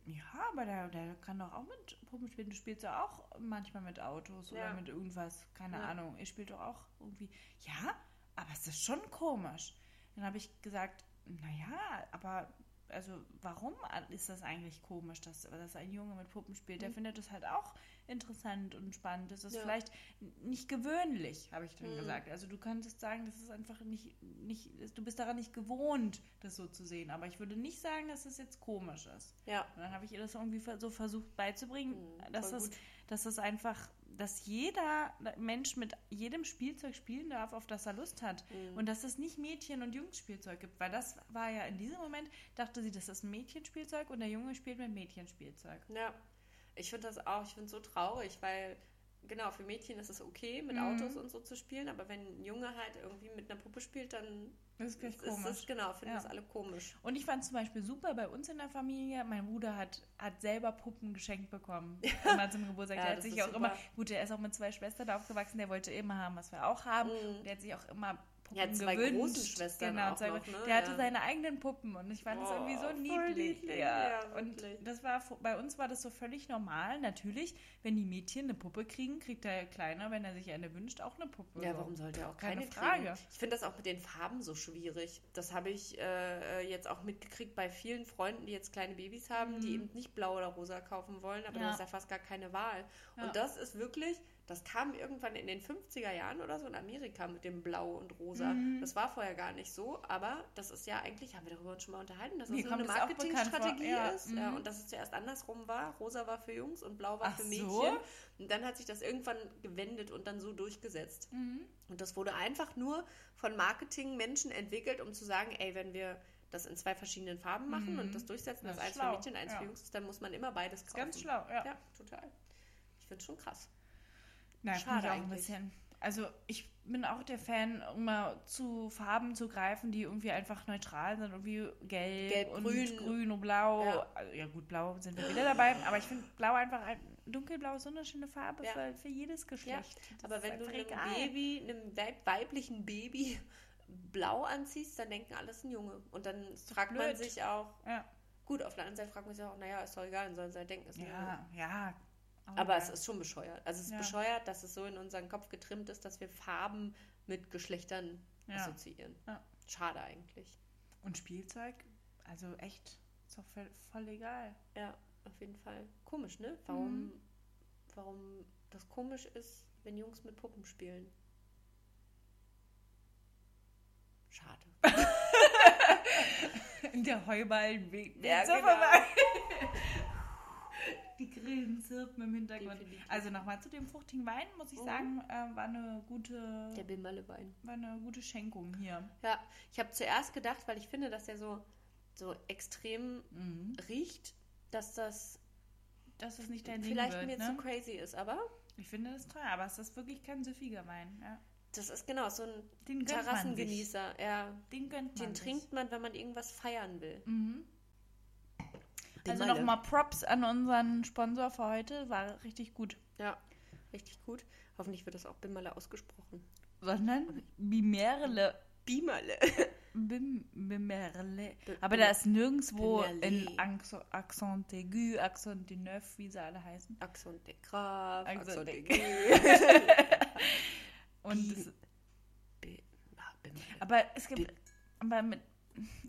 Speaker 4: ja, aber der, der kann doch auch mit Puppen spielen. Du spielst ja auch manchmal mit Autos
Speaker 3: Ja.
Speaker 4: oder mit irgendwas. Keine
Speaker 3: Ja.
Speaker 4: Ahnung. Ihr spielt doch auch irgendwie. Ja, aber es ist schon komisch. Dann habe ich gesagt, naja, aber also warum ist das eigentlich komisch, dass, dass ein Junge mit Puppen spielt? Der
Speaker 3: Mhm.
Speaker 4: findet es halt auch interessant und spannend. Das ist
Speaker 3: Ja.
Speaker 4: vielleicht nicht gewöhnlich, habe ich dann
Speaker 3: Mhm.
Speaker 4: gesagt. Also du könntest sagen, das ist einfach nicht, nicht, du bist daran nicht gewohnt, das so zu sehen. Aber ich würde nicht sagen, dass es jetzt komisch ist.
Speaker 3: Ja.
Speaker 4: Und dann habe ich ihr das irgendwie ver- so versucht beizubringen,
Speaker 3: Mhm,
Speaker 4: dass,
Speaker 3: voll
Speaker 4: das,
Speaker 3: gut.
Speaker 4: dass das einfach, dass jeder Mensch mit jedem Spielzeug spielen darf, auf das er Lust hat.
Speaker 3: Mhm.
Speaker 4: Und dass es nicht Mädchen- und Jungsspielzeug gibt. Weil das war ja in diesem Moment, dachte sie, das ist ein Mädchenspielzeug und der Junge spielt mit Mädchenspielzeug.
Speaker 3: Ja. Ich finde das auch, ich finde es so traurig, weil, genau, für Mädchen ist es okay, mit
Speaker 4: Mhm.
Speaker 3: Autos und so zu spielen, aber wenn ein Junge halt irgendwie mit einer Puppe spielt, dann
Speaker 4: Das ist gleich
Speaker 3: ist es, genau, finden
Speaker 4: Ja.
Speaker 3: das alle komisch.
Speaker 4: Und ich fand es zum Beispiel super bei uns in der Familie. Mein Bruder hat, hat selber Puppen geschenkt bekommen. Immer zum Geburtstag.
Speaker 3: Ja,
Speaker 4: der hat
Speaker 3: das
Speaker 4: sich
Speaker 3: ist
Speaker 4: auch immer,
Speaker 3: super.
Speaker 4: gut, der ist auch mit zwei Schwestern aufgewachsen. Der wollte immer haben, was wir auch haben.
Speaker 3: Mhm.
Speaker 4: Und Ähm, Der hat sich auch immer Puppen
Speaker 3: Ja, zwei
Speaker 4: gewünscht. Genau,
Speaker 3: großen Schwestern auch
Speaker 4: zwei-
Speaker 3: noch, ne?
Speaker 4: Der hatte
Speaker 3: Ja.
Speaker 4: seine eigenen Puppen und ich fand das
Speaker 3: Oh,
Speaker 4: irgendwie so
Speaker 3: voll
Speaker 4: niedlich.
Speaker 3: niedlich,
Speaker 4: Ja.
Speaker 3: ja,
Speaker 4: und
Speaker 3: wirklich.
Speaker 4: das war vo- bei uns war das so völlig normal. Natürlich, wenn die Mädchen eine Puppe kriegen, kriegt der Kleine, wenn er sich eine wünscht, auch eine Puppe.
Speaker 3: Ja,
Speaker 4: So.
Speaker 3: warum sollte er auch
Speaker 4: Also Keine
Speaker 3: keine,
Speaker 4: Frage.
Speaker 3: Kriegen? Ich finde das auch mit den Farben so schwierig. Das habe ich äh, äh, jetzt auch mitgekriegt bei vielen Freunden, die jetzt kleine Babys haben, die
Speaker 4: Mhm.
Speaker 3: eben nicht blau oder rosa kaufen wollen, aber
Speaker 4: Ja.
Speaker 3: da ist ja fast gar keine Wahl.
Speaker 4: Ja.
Speaker 3: Und das ist wirklich, das kam irgendwann in den 50er Jahren oder so in Amerika mit dem Blau und Rosa.
Speaker 4: Mhm.
Speaker 3: Das war vorher gar nicht so, aber das ist ja eigentlich, haben wir darüber uns schon mal unterhalten, dass das
Speaker 4: Mir
Speaker 3: so
Speaker 4: kommt
Speaker 3: eine
Speaker 4: das auch bekannt vor.
Speaker 3: Marketingstrategie
Speaker 4: Ja,
Speaker 3: ist ja,
Speaker 4: mhm.
Speaker 3: und dass es zuerst andersrum war. Rosa war für Jungs und Blau war
Speaker 4: Ach
Speaker 3: für
Speaker 4: so.
Speaker 3: Mädchen. Und dann hat sich das irgendwann gewendet und dann so durchgesetzt.
Speaker 4: Mhm.
Speaker 3: Und das wurde einfach nur von Marketingmenschen entwickelt, um zu sagen, ey, wenn wir das in zwei verschiedenen Farben machen
Speaker 4: Mhm.
Speaker 3: und das durchsetzen,
Speaker 4: Das
Speaker 3: dass
Speaker 4: ist
Speaker 3: eins
Speaker 4: schlau,
Speaker 3: für Mädchen, eins
Speaker 4: ja.
Speaker 3: für Jungs ist, dann muss man immer beides
Speaker 4: Ist
Speaker 3: kaufen.
Speaker 4: ganz schlau, ja.
Speaker 3: Ja, total. Ich finde schon krass.
Speaker 4: Na,
Speaker 3: Schade
Speaker 4: Schade ich auch ein
Speaker 3: eigentlich.
Speaker 4: bisschen. Also ich bin auch der Fan, immer zu Farben zu greifen, die irgendwie einfach neutral sind, irgendwie gelb,
Speaker 3: Gelb,
Speaker 4: und grün,
Speaker 3: grün.
Speaker 4: und blau.
Speaker 3: Ja.
Speaker 4: Also, ja gut, blau sind wir wieder dabei, aber ich finde blau einfach, ein, dunkelblau ist so eine schöne Farbe
Speaker 3: Ja.
Speaker 4: für, für jedes Geschlecht. Das
Speaker 3: Aber
Speaker 4: ist halt
Speaker 3: wenn du
Speaker 4: einfach
Speaker 3: einem
Speaker 4: egal.
Speaker 3: Baby, einem weib weiblichen Baby (laughs) blau anziehst, dann denken alles ein Junge. Und dann fragt man
Speaker 4: blöd.
Speaker 3: sich auch,
Speaker 4: Ja,
Speaker 3: gut, auf der anderen Seite fragt man sich auch, naja, ist doch egal, sollen sie halt denken, ist ein Junge.
Speaker 4: ja, ja. Auch
Speaker 3: Aber
Speaker 4: egal.
Speaker 3: es ist schon bescheuert. Also es ist
Speaker 4: Ja.
Speaker 3: bescheuert, dass es so in unseren Kopf getrimmt ist, dass wir Farben mit Geschlechtern
Speaker 4: Ja.
Speaker 3: assoziieren.
Speaker 4: Ja.
Speaker 3: Schade eigentlich.
Speaker 4: Und Spielzeug, also echt, ist doch voll, voll egal.
Speaker 3: Ja, auf jeden Fall. Komisch, ne? Warum,
Speaker 4: Mhm.
Speaker 3: warum das komisch ist, wenn Jungs mit Puppen spielen.
Speaker 4: (laughs)
Speaker 3: Schade.
Speaker 4: Der Heuballen weht
Speaker 3: Ja,
Speaker 4: so
Speaker 3: (laughs) genau.
Speaker 4: vorbei. die Grillen zirpen im Hintergrund.
Speaker 3: Definitiv.
Speaker 4: Also nochmal zu dem fruchtigen Wein, muss ich
Speaker 3: Mhm.
Speaker 4: sagen, äh, war, eine gute,
Speaker 3: Der Bimmerlewein.
Speaker 4: war eine gute Schenkung hier.
Speaker 3: Ja, ich habe zuerst gedacht, weil ich finde, dass der so, so extrem
Speaker 4: Mhm.
Speaker 3: riecht, dass das
Speaker 4: Dass es nicht dein
Speaker 3: vielleicht
Speaker 4: Ding
Speaker 3: mir
Speaker 4: wird,
Speaker 3: zu
Speaker 4: ne?
Speaker 3: crazy ist, aber
Speaker 4: Ich finde das teuer, aber es ist wirklich kein süffiger Wein. Ja.
Speaker 3: das ist genau so ein
Speaker 4: Den gönnt man sich.
Speaker 3: Terrassengenießer. Ja,
Speaker 4: Den gönnt man
Speaker 3: den
Speaker 4: sich.
Speaker 3: trinkt man, wenn man irgendwas feiern will.
Speaker 4: Mhm. Also
Speaker 3: Bimmerle.
Speaker 4: nochmal Props an unseren Sponsor für heute. War richtig gut.
Speaker 3: Ja, richtig gut. Hoffentlich wird das auch Bimmerle ausgesprochen.
Speaker 4: Sondern Bimerle.
Speaker 3: Bimmerle.
Speaker 4: Bim, Bimerle.
Speaker 3: Bi-
Speaker 4: Aber da ist nirgendwo
Speaker 3: Bimerle.
Speaker 4: in Anxo- Accent aigu, Accent du neuf, wie sie alle heißen.
Speaker 3: Axon de Graf,
Speaker 4: Axon
Speaker 3: Axon
Speaker 4: de
Speaker 3: de Graf.
Speaker 4: (laughs) Und
Speaker 3: Bim-
Speaker 4: es,
Speaker 3: Ah, Bimmerle.
Speaker 4: aber es gibt. Aber mit,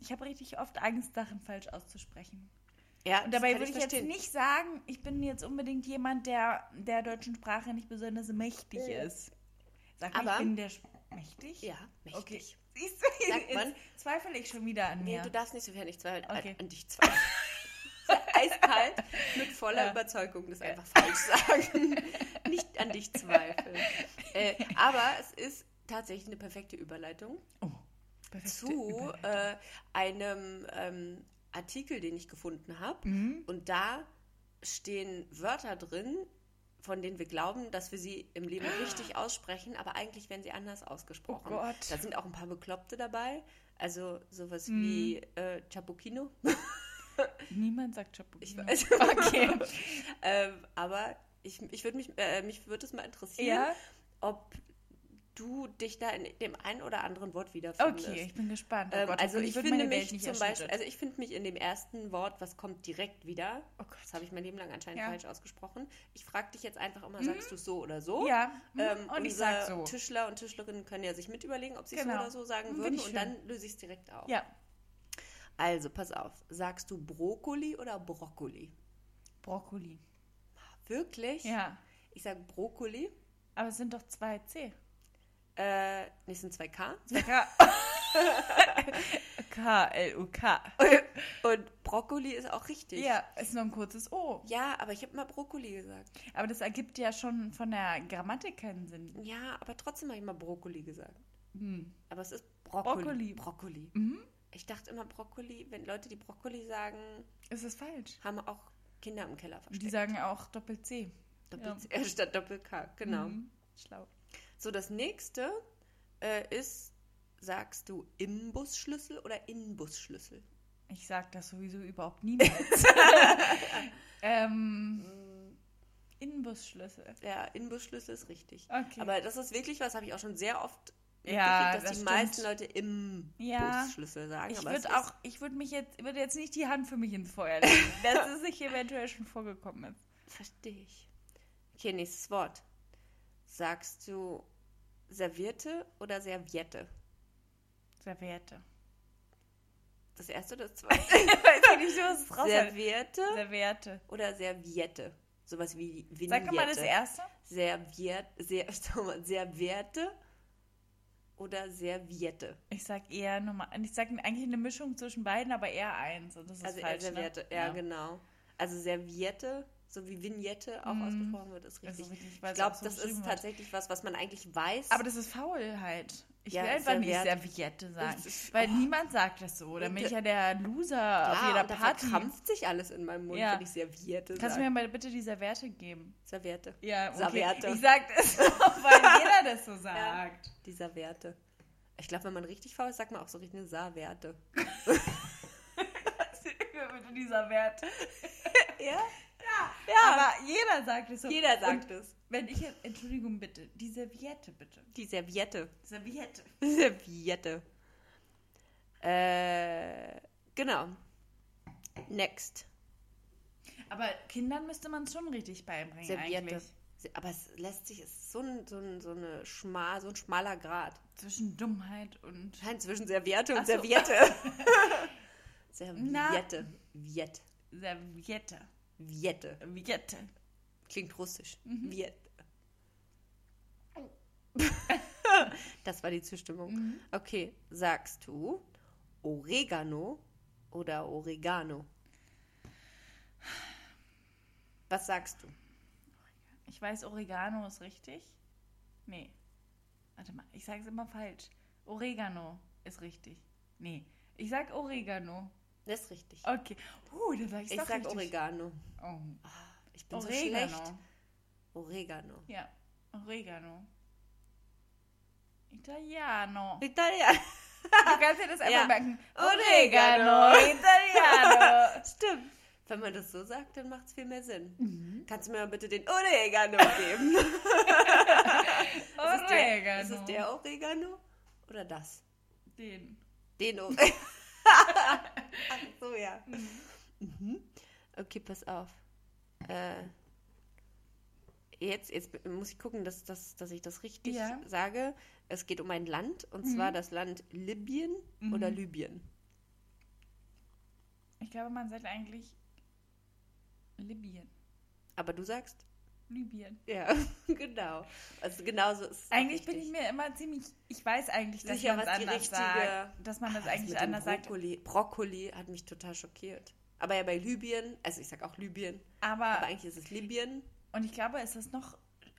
Speaker 4: ich habe richtig oft Angst, Sachen falsch auszusprechen.
Speaker 3: Ja,
Speaker 4: Und dabei
Speaker 3: das kann
Speaker 4: würde ich jetzt
Speaker 3: verstehen.
Speaker 4: nicht sagen, ich bin jetzt unbedingt jemand, der der deutschen Sprache nicht besonders mächtig ist. Sag mal, ich
Speaker 3: Äh. Aber-
Speaker 4: bin der Sp mächtig?
Speaker 3: Ja, mächtig.
Speaker 4: Okay. Siehst du,
Speaker 3: Sagt man-
Speaker 4: jetzt zweifle ich schon wieder an
Speaker 3: Nee,
Speaker 4: mir.
Speaker 3: du darfst nicht so viel nicht zweifeln.
Speaker 4: Okay.
Speaker 3: An dich zweifeln. (laughs) Eiskalt, mit voller
Speaker 4: Ja.
Speaker 3: Überzeugung, das
Speaker 4: Ja.
Speaker 3: einfach falsch
Speaker 4: (laughs)
Speaker 3: sagen. nicht an dich zweifeln. äh, aber es ist tatsächlich eine perfekte Überleitung
Speaker 4: oh, perfekte
Speaker 3: zu
Speaker 4: Überleitung.
Speaker 3: äh, einem ähm, Artikel, den ich gefunden habe.
Speaker 4: Mhm.
Speaker 3: Und da stehen Wörter drin, von denen wir glauben, dass wir sie im
Speaker 4: (gasps)
Speaker 3: Leben richtig aussprechen, aber eigentlich werden sie anders ausgesprochen.
Speaker 4: Oh Gott.
Speaker 3: Da sind auch ein paar Bekloppte dabei. Also sowas
Speaker 4: Hm.
Speaker 3: wie äh, Chapuchino.
Speaker 4: Niemand sagt Chapeau. (laughs)
Speaker 3: Ich weiß.
Speaker 4: Okay.
Speaker 3: (laughs) ähm, aber ich, ich würde mich, äh, mich würde es mal interessieren,
Speaker 4: ja,
Speaker 3: ob du dich da in dem einen oder anderen Wort wiederfindest.
Speaker 4: okay, ich bin gespannt. Oh
Speaker 3: Ähm,
Speaker 4: Gott,
Speaker 3: also
Speaker 4: hoffentlich
Speaker 3: ich
Speaker 4: wird
Speaker 3: finde
Speaker 4: meine Welt
Speaker 3: mich
Speaker 4: nicht
Speaker 3: zum Beispiel,
Speaker 4: erschüttert.
Speaker 3: also ich finde mich in dem ersten Wort, was kommt direkt wieder.
Speaker 4: Oh Gott.
Speaker 3: Das habe ich mein Leben lang anscheinend
Speaker 4: Ja.
Speaker 3: falsch ausgesprochen. Ich frage dich jetzt einfach immer,
Speaker 4: Mhm.
Speaker 3: sagst du so oder so?
Speaker 4: ja, mhm,
Speaker 3: Ähm,
Speaker 4: und ich
Speaker 3: unsere
Speaker 4: sag so.
Speaker 3: Tischler und Tischlerinnen können ja sich mit überlegen, ob sie
Speaker 4: Genau.
Speaker 3: so oder so sagen
Speaker 4: Finde
Speaker 3: würden
Speaker 4: ich
Speaker 3: und
Speaker 4: schön.
Speaker 3: dann löse ich es direkt auf.
Speaker 4: Ja,
Speaker 3: Also, pass auf. Sagst du Brokkoli oder Brokkoli?
Speaker 4: Brokkoli.
Speaker 3: Wirklich?
Speaker 4: Ja,
Speaker 3: Ich sage Brokkoli.
Speaker 4: aber es sind doch zwei C.
Speaker 3: Äh, nee, es sind 2K. (laughs)
Speaker 4: K-L-U-K.
Speaker 3: Und Brokkoli ist auch richtig.
Speaker 4: Ja, ist nur ein kurzes O.
Speaker 3: Ja, aber ich habe mal Brokkoli gesagt.
Speaker 4: Aber das ergibt ja schon von der Grammatik keinen Sinn.
Speaker 3: Ja, aber trotzdem habe ich mal Brokkoli gesagt.
Speaker 4: Hm.
Speaker 3: Aber es ist Brokkoli.
Speaker 4: Brokkoli.
Speaker 3: Brokkoli.
Speaker 4: Mhm.
Speaker 3: Ich dachte immer Brokkoli, wenn Leute, die Brokkoli sagen,
Speaker 4: Es ist falsch.
Speaker 3: haben auch Kinder im Keller
Speaker 4: Und die sagen
Speaker 3: versteckt.
Speaker 4: auch Doppel-C.
Speaker 3: Doppel (laughs) äh, Statt Doppel-K, genau.
Speaker 4: Mhm. Schlau.
Speaker 3: So, das nächste äh, ist, sagst du Imbusschlüssel oder Inbusschlüssel?
Speaker 4: Ich sag das sowieso überhaupt
Speaker 3: (laughs)
Speaker 4: niemals. ähm,
Speaker 3: Mm.
Speaker 4: Inbusschlüssel.
Speaker 3: Ja, Inbusschlüssel ist richtig.
Speaker 4: Okay.
Speaker 3: Aber das ist wirklich was, habe ich auch schon sehr oft
Speaker 4: Ja,
Speaker 3: mitgekriegt, dass
Speaker 4: das
Speaker 3: die
Speaker 4: stimmt.
Speaker 3: meisten Leute im
Speaker 4: Ja.
Speaker 3: Busschlüssel sagen.
Speaker 4: ich
Speaker 3: aber es
Speaker 4: würde auch, ich würde mich jetzt, würde jetzt nicht die Hand für mich ins Feuer legen,
Speaker 3: (laughs)
Speaker 4: dass es sich eventuell schon vorgekommen ist.
Speaker 3: Ist, verstehe ich. Okay, nächstes Wort. Sagst du Servierte oder Serviette?
Speaker 4: Serviette.
Speaker 3: Das erste oder das zweite? (laughs)
Speaker 4: Weiß ich nicht, was es raus hat.
Speaker 3: Servierte
Speaker 4: Serviette.
Speaker 3: oder Serviette? Sowas wie Vignette.
Speaker 4: Sag mal das erste.
Speaker 3: Serviert, sehr, (laughs) sag mal, Serviette oder Serviette?
Speaker 4: Ich sag eher nochmal, ich sag eigentlich eine Mischung zwischen beiden, aber eher eins. Und das ist
Speaker 3: Also eher
Speaker 4: falsch.
Speaker 3: Serviette,
Speaker 4: ne?
Speaker 3: ja, genau. Also Serviette, so wie Vignette auch
Speaker 4: Mhm.
Speaker 3: ausgesprochen wird, ist
Speaker 4: Also
Speaker 3: richtig.
Speaker 4: richtig,
Speaker 3: ich
Speaker 4: weil es
Speaker 3: glaube,
Speaker 4: auch so
Speaker 3: das
Speaker 4: geschrieben
Speaker 3: ist
Speaker 4: wird.
Speaker 3: tatsächlich was, was man eigentlich weiß.
Speaker 4: Aber das ist Faulheit. Ich
Speaker 3: Ja,
Speaker 4: will einfach nicht
Speaker 3: Serviette.
Speaker 4: Serviette sagen.
Speaker 3: Das ist-
Speaker 4: weil
Speaker 3: oh.
Speaker 4: niemand sagt das so. Dann bin
Speaker 3: Und,
Speaker 4: ich ja der Loser auf
Speaker 3: ja,
Speaker 4: jeder
Speaker 3: und da
Speaker 4: Party.
Speaker 3: verkrampft sich alles in meinem Mund,
Speaker 4: Ja.
Speaker 3: wenn ich Serviette
Speaker 4: Kannst du
Speaker 3: sage.
Speaker 4: mir mal bitte die Serviette geben?
Speaker 3: Serviette,
Speaker 4: Ja, okay.
Speaker 3: Serviette.
Speaker 4: Ich sag das (laughs) so, weil jeder das so sagt.
Speaker 3: die Serviette. Ich glaube, wenn man richtig faul ist, sagt man auch so richtig eine Saverte.
Speaker 4: Mir bitte die Serviette.
Speaker 3: Ja?
Speaker 4: Ja, aber jeder sagt es so.
Speaker 3: Jeder sagt
Speaker 4: Und
Speaker 3: es.
Speaker 4: Wenn ich jetzt, Entschuldigung bitte, die Serviette bitte.
Speaker 3: Die Serviette.
Speaker 4: Serviette.
Speaker 3: (laughs) Serviette. Äh, genau. Next.
Speaker 4: Aber Kindern müsste man es schon richtig beibringen
Speaker 3: Serviette.
Speaker 4: eigentlich.
Speaker 3: Aber es lässt sich, es ist so ein, so ein, so eine schmal, so ein schmaler Grad.
Speaker 4: Zwischen Dummheit und...
Speaker 3: Nein, zwischen Serviette und
Speaker 4: Ach so. (laughs)
Speaker 3: Serviette. (laughs) Serviette. Viet.
Speaker 4: Serviette.
Speaker 3: Viette.
Speaker 4: Serviette.
Speaker 3: Klingt russisch.
Speaker 4: Mhm. (laughs)
Speaker 3: Viet. das war die Zustimmung.
Speaker 4: Mhm.
Speaker 3: Okay, sagst du Oregano oder Oregano? Was sagst du?
Speaker 4: Ich weiß, Oregano ist richtig. Nee. Warte mal, ich sage es immer falsch. Oregano ist richtig. Nee, ich sag Oregano.
Speaker 3: Das ist richtig.
Speaker 4: Okay. Uh, dann sag ich's
Speaker 3: ich
Speaker 4: doch
Speaker 3: sag
Speaker 4: richtig.
Speaker 3: Oregano.
Speaker 4: Oh.
Speaker 3: Ah, ich bin so
Speaker 4: Oregano.
Speaker 3: schlecht. Oregano.
Speaker 4: ja, Oregano.
Speaker 3: (laughs)
Speaker 4: Italiano. Du
Speaker 3: Italien.
Speaker 4: kannst dir das einfach
Speaker 3: Ja.
Speaker 4: merken.
Speaker 3: Oregano.
Speaker 4: Italiano.
Speaker 3: (laughs) Stimmt. Wenn man das so sagt, dann macht es viel mehr Sinn.
Speaker 4: Mhm.
Speaker 3: Kannst du mir mal bitte den Oregano
Speaker 4: (laughs)
Speaker 3: geben? Ist es der-
Speaker 4: Oregano.
Speaker 3: Ist es der Oregano oder das?
Speaker 4: Den. (laughs)
Speaker 3: Den Oregano. Ach so, ja. Mhm. Okay, pass auf. Äh, jetzt, jetzt muss ich gucken, dass, dass, dass ich das richtig
Speaker 4: Ja. Mhm.
Speaker 3: sage. Es geht um ein Land, und zwar das Land Libyen oder Libyen.
Speaker 4: Ich glaube, man sagt eigentlich Libyen.
Speaker 3: Aber du sagst?
Speaker 4: Libyen.
Speaker 3: Ja, (laughs) genau. Also genauso ist es auch
Speaker 4: Eigentlich bin
Speaker 3: richtig.
Speaker 4: ich mir immer ziemlich. Ich weiß eigentlich, dass
Speaker 3: Sicher,
Speaker 4: man es
Speaker 3: was die
Speaker 4: anders
Speaker 3: richtige-
Speaker 4: sagt. Dass man das
Speaker 3: Was
Speaker 4: eigentlich
Speaker 3: mit dem
Speaker 4: anders sagt.
Speaker 3: Brokkoli, Brokkoli hat mich total schockiert. Aber ja, bei Libyen, also ich sag auch Libyen,
Speaker 4: Aber,
Speaker 3: aber eigentlich ist es Libyen.
Speaker 4: und ich glaube, es ist noch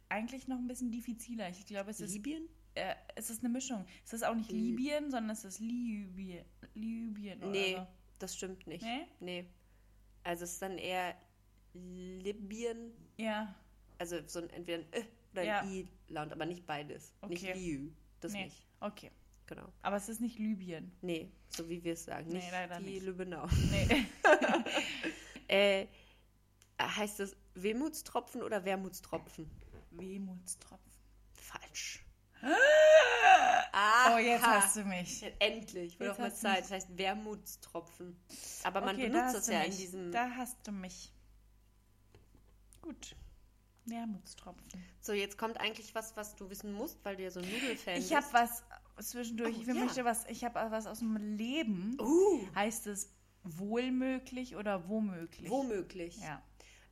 Speaker 4: eigentlich noch ein bisschen diffiziler. Ich glaube, es ist,
Speaker 3: Libyen?
Speaker 4: äh, es ist eine Mischung. Es ist auch nicht
Speaker 3: Li-
Speaker 4: Libyen, sondern es ist Libyen. Libyen oder
Speaker 3: Nee,
Speaker 4: so.
Speaker 3: das stimmt nicht.
Speaker 4: Nee?
Speaker 3: Nee. Also es ist dann eher Libyen,
Speaker 4: Ja,
Speaker 3: also so ein entweder ein äh oder ein
Speaker 4: Ja.
Speaker 3: I-Laut, aber nicht beides. Nicht
Speaker 4: Okay.
Speaker 3: Liu, das
Speaker 4: nee.
Speaker 3: nicht.
Speaker 4: Okay.
Speaker 3: Genau.
Speaker 4: Aber es ist nicht Libyen.
Speaker 3: Nee, so wie wir es sagen.
Speaker 4: Nee,
Speaker 3: Nicht
Speaker 4: leider
Speaker 3: die
Speaker 4: nicht.
Speaker 3: Lübbenau. (laughs)
Speaker 4: Nee.
Speaker 3: Äh, heißt das Wehmutstropfen oder Wermutstropfen?
Speaker 4: Wehmutstropfen.
Speaker 3: Falsch.
Speaker 4: (gasps)
Speaker 3: Ah,
Speaker 4: Oh, jetzt hast du mich.
Speaker 3: Endlich, ich will
Speaker 4: Jetzt
Speaker 3: auch mal
Speaker 4: hast du
Speaker 3: Zeit. Das heißt Wermutstropfen. Aber man
Speaker 4: Okay, da
Speaker 3: benutzt
Speaker 4: hast
Speaker 3: das
Speaker 4: du
Speaker 3: ja
Speaker 4: mich.
Speaker 3: in diesem.
Speaker 4: Da hast du mich. Gut. Wermutstropfen.
Speaker 3: So, jetzt kommt eigentlich was, was du wissen musst, weil du ja so ein Nudelfan
Speaker 4: Ich habe
Speaker 3: bist.
Speaker 4: was zwischendurch.
Speaker 3: Oh,
Speaker 4: ich
Speaker 3: ja.
Speaker 4: möchte was. Ich habe was aus dem Leben.
Speaker 3: Uh,
Speaker 4: Heißt es wohlmöglich oder womöglich?
Speaker 3: womöglich.
Speaker 4: Ja.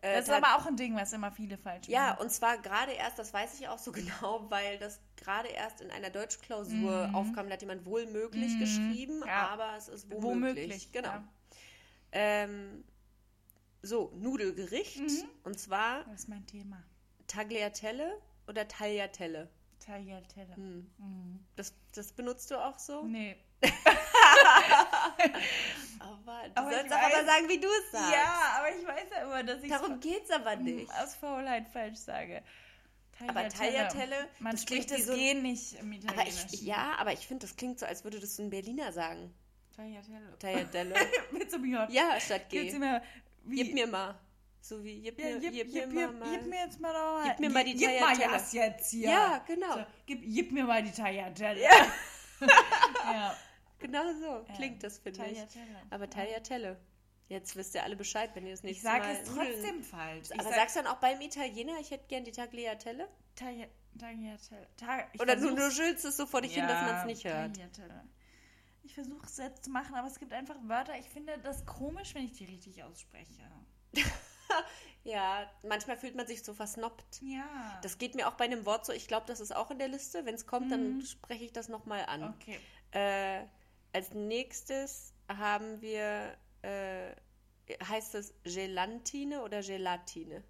Speaker 3: Äh,
Speaker 4: Das ist aber auch ein Ding, was immer viele falsch
Speaker 3: Ja,
Speaker 4: machen.
Speaker 3: und zwar gerade erst, das weiß ich auch so (laughs) genau, weil das gerade erst in einer Deutschklausur aufkam, da hat jemand wohl möglich
Speaker 4: Mhm,
Speaker 3: geschrieben,
Speaker 4: ja.
Speaker 3: aber es ist womöglich.
Speaker 4: Womöglich.
Speaker 3: Genau.
Speaker 4: Ja.
Speaker 3: Ähm, so, Nudelgericht.
Speaker 4: Mhm.
Speaker 3: Und zwar
Speaker 4: Das ist mein Thema.
Speaker 3: Tagliatelle oder Tagliatelle.
Speaker 4: Tagliatelle.
Speaker 3: Hm.
Speaker 4: Mhm.
Speaker 3: Das, das benutzt du auch so?
Speaker 4: Nee.
Speaker 3: Aber du
Speaker 4: Aber ich
Speaker 3: sollst auch aber
Speaker 4: weiß-
Speaker 3: sagen, wie du es sagst.
Speaker 4: Ja, Mhm. aber ich weiß ja immer, dass ich
Speaker 3: Darum geht's aber nicht.
Speaker 4: aus Faulheit falsch sage.
Speaker 3: Aber Tagliatelle,
Speaker 4: Man
Speaker 3: das klingt
Speaker 4: spricht das
Speaker 3: wie so ein-
Speaker 4: G nicht im
Speaker 3: Aber
Speaker 4: Italienischen.
Speaker 3: ich, ja, aber ich finde, das klingt so, als würde das ein Berliner sagen.
Speaker 4: Tagliatelle. (laughs)
Speaker 3: Tagliatelle.
Speaker 4: Mit so einem J.
Speaker 3: ja, statt
Speaker 4: Gibt's
Speaker 3: G.
Speaker 4: immer wie-
Speaker 3: Gib mir mal. So wie, gib
Speaker 4: Ja,
Speaker 3: mir,
Speaker 4: gib,
Speaker 3: gib,
Speaker 4: gib,
Speaker 3: mir
Speaker 4: gib,
Speaker 3: mal.
Speaker 4: gib mir jetzt mal doch
Speaker 3: Gib mir mal die
Speaker 4: gib mal
Speaker 3: Tagliatelle.
Speaker 4: das jetzt hier.
Speaker 3: Ja, genau.
Speaker 4: So, gib, gib mir mal die Tagliatelle.
Speaker 3: Ja.
Speaker 4: (laughs) ja.
Speaker 3: Genau so
Speaker 4: Ja.
Speaker 3: klingt das, finde ich.
Speaker 4: Tagliatelle.
Speaker 3: Aber Tagliatelle. Jetzt wisst ihr alle Bescheid, wenn ihr das
Speaker 4: Ich
Speaker 3: nächste
Speaker 4: sage
Speaker 3: Mal...
Speaker 4: es
Speaker 3: Nudeln-
Speaker 4: trotzdem falsch. Ich
Speaker 3: Aber
Speaker 4: sag
Speaker 3: sagst du dann auch beim Italiener, ich hätte gern die Tagliatelle?
Speaker 4: Tagli- Tagliatelle. Tag- ich
Speaker 3: Oder du,
Speaker 4: versuch's-
Speaker 3: du schützt es so vor dich hin, dass man es nicht hört.
Speaker 4: Tagliatelle. Ich versuche es jetzt zu machen, aber es gibt einfach Wörter. Ich finde das komisch, wenn ich die richtig ausspreche.
Speaker 3: Ja, manchmal fühlt man sich so versnoppt.
Speaker 4: Ja.
Speaker 3: Das geht mir auch bei einem Wort so. Ich glaube, das ist auch in der Liste. Wenn es kommt, dann spreche ich das nochmal an.
Speaker 4: Mhm. okay.
Speaker 3: Äh, als nächstes haben wir, äh, heißt es Gelatine oder Gelatine?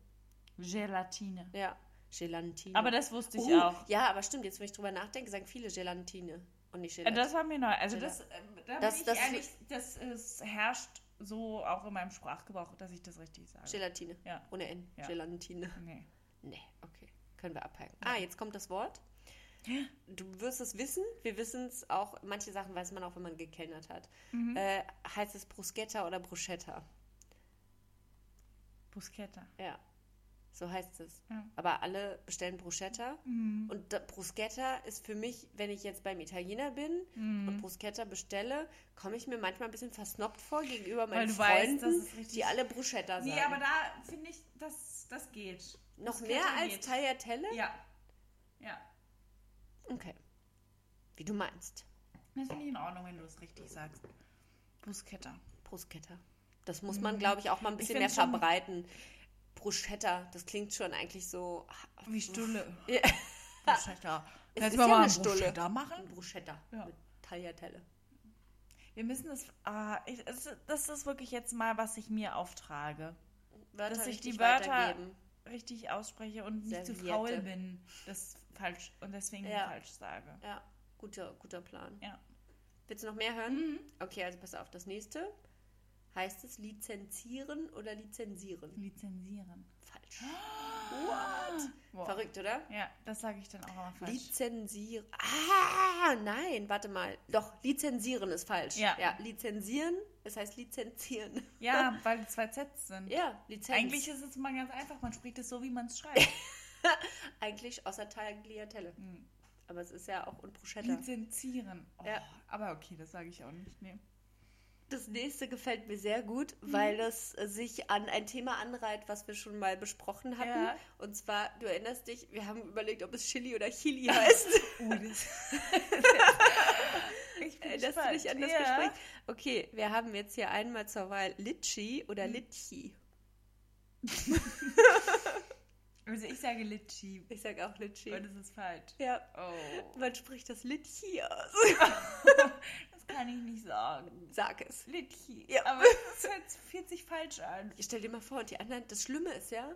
Speaker 4: Gelatine.
Speaker 3: Ja, Gelatine.
Speaker 4: Aber das wusste ich
Speaker 3: Uh,
Speaker 4: auch.
Speaker 3: Ja, aber stimmt, jetzt wenn ich drüber nachdenke, sagen viele Gelatine und nicht
Speaker 4: Äh,
Speaker 3: Gelatine.
Speaker 4: Das war mir neu. Also
Speaker 3: Gelat-
Speaker 4: das, äh, da
Speaker 3: Das-
Speaker 4: bin ich
Speaker 3: das-
Speaker 4: ehrlich, das ist, herrscht so auch in meinem Sprachgebrauch, dass ich das richtig sage.
Speaker 3: Gelatine.
Speaker 4: Ja.
Speaker 3: Ohne N.
Speaker 4: Ja.
Speaker 3: Gelatine.
Speaker 4: Nee.
Speaker 3: Nee, okay. Können wir abhaken. Ah, jetzt kommt das Wort. Du wirst es wissen. Wir wissen es auch. Manche Sachen weiß man auch, wenn man gekellnert hat.
Speaker 4: Mhm. Hm?
Speaker 3: Äh, heißt es Bruschetta oder Bruschetta?
Speaker 4: Bruschetta.
Speaker 3: Ja, so heißt es.
Speaker 4: Ja. Mhm.
Speaker 3: Aber alle bestellen Bruschetta. Und da, Bruschetta ist für mich, wenn ich jetzt beim Italiener bin
Speaker 4: Mhm.
Speaker 3: und Bruschetta bestelle, komme ich mir manchmal ein bisschen versnoppt vor gegenüber meinen
Speaker 4: du weißt,
Speaker 3: Freunden,
Speaker 4: das ist richtig-
Speaker 3: die alle Bruschetta sagen.
Speaker 4: Nee, aber da finde ich, das, das geht.
Speaker 3: Noch
Speaker 4: Bruschetta
Speaker 3: mehr als
Speaker 4: geht.
Speaker 3: Tagliatelle?
Speaker 4: Ja. Ja.
Speaker 3: Okay. Wie du meinst.
Speaker 4: Das finde ich in Ordnung, wenn du es richtig sagst. Bruschetta.
Speaker 3: Bruschetta. Das muss man, glaube ich, auch mal ein bisschen mehr
Speaker 4: Mhm. find's schon-
Speaker 3: verbreiten. Bruschetta, das klingt schon eigentlich so.
Speaker 4: Wie Stulle.
Speaker 3: Ja.
Speaker 4: Bruschetta.
Speaker 3: Es
Speaker 4: Kannst
Speaker 3: ist
Speaker 4: du mal
Speaker 3: ja
Speaker 4: mal
Speaker 3: eine
Speaker 4: einen
Speaker 3: Stulle.
Speaker 4: Bruschetta machen?
Speaker 3: Bruschetta
Speaker 4: Ja.
Speaker 3: mit Tagliatelle.
Speaker 4: Wir müssen das. Ah, ich, es- das ist wirklich jetzt mal, was ich mir auftrage.
Speaker 3: Wörter
Speaker 4: Dass ich die
Speaker 3: richtig
Speaker 4: Wörter-
Speaker 3: weitergeben.
Speaker 4: richtig ausspreche und nicht zu
Speaker 3: Serviette.
Speaker 4: faul bin, das falsch und deswegen
Speaker 3: Ja.
Speaker 4: falsch sage.
Speaker 3: Ja, guter, guter Plan.
Speaker 4: Ja.
Speaker 3: Willst du noch mehr hören? Okay, also pass auf, das nächste. Heißt es lizenzieren oder lizenzieren?
Speaker 4: Lizenzieren.
Speaker 3: Falsch. What?
Speaker 4: Wow.
Speaker 3: Verrückt, oder?
Speaker 4: Ja, das sage ich dann auch immer falsch.
Speaker 3: Lizenzieren. Ah, nein, warte mal. Doch, lizenzieren ist falsch.
Speaker 4: Ja.
Speaker 3: ja Mhm. lizenzieren, es heißt lizenzieren.
Speaker 4: ja, weil es zwei Zs sind.
Speaker 3: Ja, Lizenz.
Speaker 4: Eigentlich ist es mal ganz einfach, man spricht es so, wie man es schreibt.
Speaker 3: (laughs) Eigentlich außer Tagliatelle.
Speaker 4: Hm.
Speaker 3: Aber es ist ja auch und Bruschetta.
Speaker 4: Lizenzieren. Oh,
Speaker 3: Ja.
Speaker 4: Aber okay, das sage ich auch nicht. ne. Nee.
Speaker 3: Das nächste gefällt mir sehr gut, weil das äh, sich an ein Thema anreiht, was wir schon mal besprochen hatten.
Speaker 4: Ja.
Speaker 3: Und zwar, du erinnerst dich, wir haben überlegt, ob es Chili oder Chili heißt.
Speaker 4: (laughs) Oh, das ich bin
Speaker 3: Erinnerst du dich an das
Speaker 4: ja.
Speaker 3: Gespräch? Okay, wir haben jetzt hier einmal zur Wahl Litschi
Speaker 4: Mhm.
Speaker 3: oder Litchi.
Speaker 4: Also ich sage Litschi.
Speaker 3: Ich sage auch Litschi.
Speaker 4: Und es ist falsch.
Speaker 3: Ja,
Speaker 4: Oh,
Speaker 3: man spricht das Litchi aus.
Speaker 4: das kann ich nicht sagen.
Speaker 3: Sag es.
Speaker 4: Litschi.
Speaker 3: Ja.
Speaker 4: Aber es hört fühlt sich falsch an.
Speaker 3: Ich stell dir mal vor, und die anderen, das Schlimme ist ja,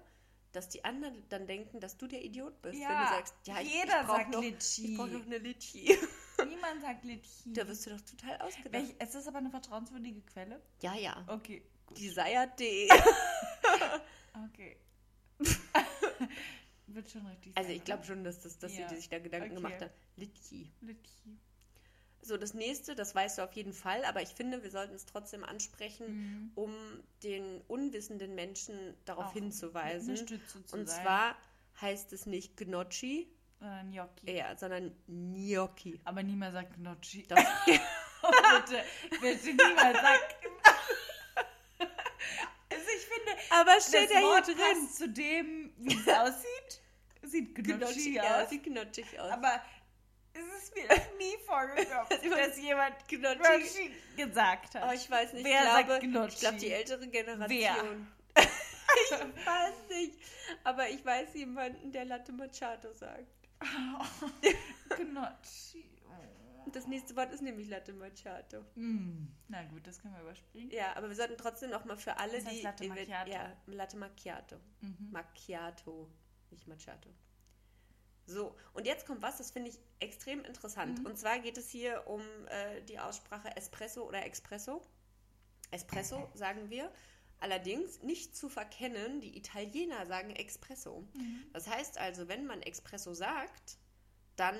Speaker 3: dass die anderen dann denken, dass du der Idiot bist, wenn du
Speaker 4: Ja,
Speaker 3: sagst, ja, ich,
Speaker 4: jeder
Speaker 3: ich brauch
Speaker 4: sagt
Speaker 3: noch,
Speaker 4: Litschi.
Speaker 3: Ich brauche noch
Speaker 4: (laughs)
Speaker 3: eine Litschi.
Speaker 4: Niemand sagt Litschi.
Speaker 3: Da wirst du doch total ausgedacht.
Speaker 4: Welch, es ist aber eine vertrauenswürdige Quelle.
Speaker 3: Ja, ja.
Speaker 4: Okay, gut. (laughs)
Speaker 3: Desire.de. (laughs)
Speaker 4: Okay. Wird schon richtig
Speaker 3: Also
Speaker 4: sein,
Speaker 3: ich glaube
Speaker 4: oder?
Speaker 3: schon, dass, das, dass
Speaker 4: Ja.
Speaker 3: sie sich da Gedanken
Speaker 4: Okay.
Speaker 3: gemacht hat. Litchi. (laughs)
Speaker 4: Litschi.
Speaker 3: So, das nächste, das weißt du auf jeden Fall, aber ich finde, wir sollten es trotzdem ansprechen,
Speaker 4: Mhm.
Speaker 3: um den unwissenden Menschen darauf
Speaker 4: Auch
Speaker 3: hinzuweisen.
Speaker 4: Eine Stütze zu
Speaker 3: Und
Speaker 4: sein. Äh,
Speaker 3: zwar heißt es nicht Gnocchi,
Speaker 4: Sondern Gnocchi.
Speaker 3: ja, sondern Gnocchi.
Speaker 4: Aber niemand sagt Gnocchi.
Speaker 3: Das, (laughs)
Speaker 4: Oh, bitte, bitte niemand sagt. also ich finde,
Speaker 3: aber
Speaker 4: das
Speaker 3: steht ja hier
Speaker 4: Wort
Speaker 3: drin.
Speaker 4: passt zu dem, wie es aussieht. Sieht
Speaker 3: Gnocchi,
Speaker 4: Gnocchi
Speaker 3: ja,
Speaker 4: aus.
Speaker 3: Genau, sieht knotschig aus.
Speaker 4: Aber es ist mir noch nie
Speaker 3: (laughs)
Speaker 4: vorgekommen, dass jemand
Speaker 3: Gnocchi.
Speaker 4: Gnocchi gesagt hat. (laughs)
Speaker 3: Aber ich weiß nicht,
Speaker 4: Wer
Speaker 3: ich
Speaker 4: sagt
Speaker 3: glaube,
Speaker 4: Gnocchi?
Speaker 3: ich glaube, die ältere Generation. (laughs) ich weiß nicht. Aber ich weiß jemanden, der Latte Macchiato sagt.
Speaker 4: Gnocchi. Oh.
Speaker 3: Das nächste Wort ist nämlich Latte Macchiato.
Speaker 4: Mm. Na gut, das können wir überspringen.
Speaker 3: Ja, aber wir sollten trotzdem noch mal für alle,
Speaker 4: Das heißt
Speaker 3: die...
Speaker 4: Latte
Speaker 3: die wir-
Speaker 4: Macchiato.
Speaker 3: Ja, Latte Macchiato.
Speaker 4: Mhm.
Speaker 3: Macchiato, nicht Macchiato. So, und jetzt kommt was, das finde ich extrem interessant.
Speaker 4: Mhm.
Speaker 3: Und zwar geht es hier um äh, die Aussprache Espresso oder Expresso. Espresso sagen wir. Allerdings nicht zu verkennen, die Italiener sagen Espresso. Das heißt also, wenn man Espresso sagt, dann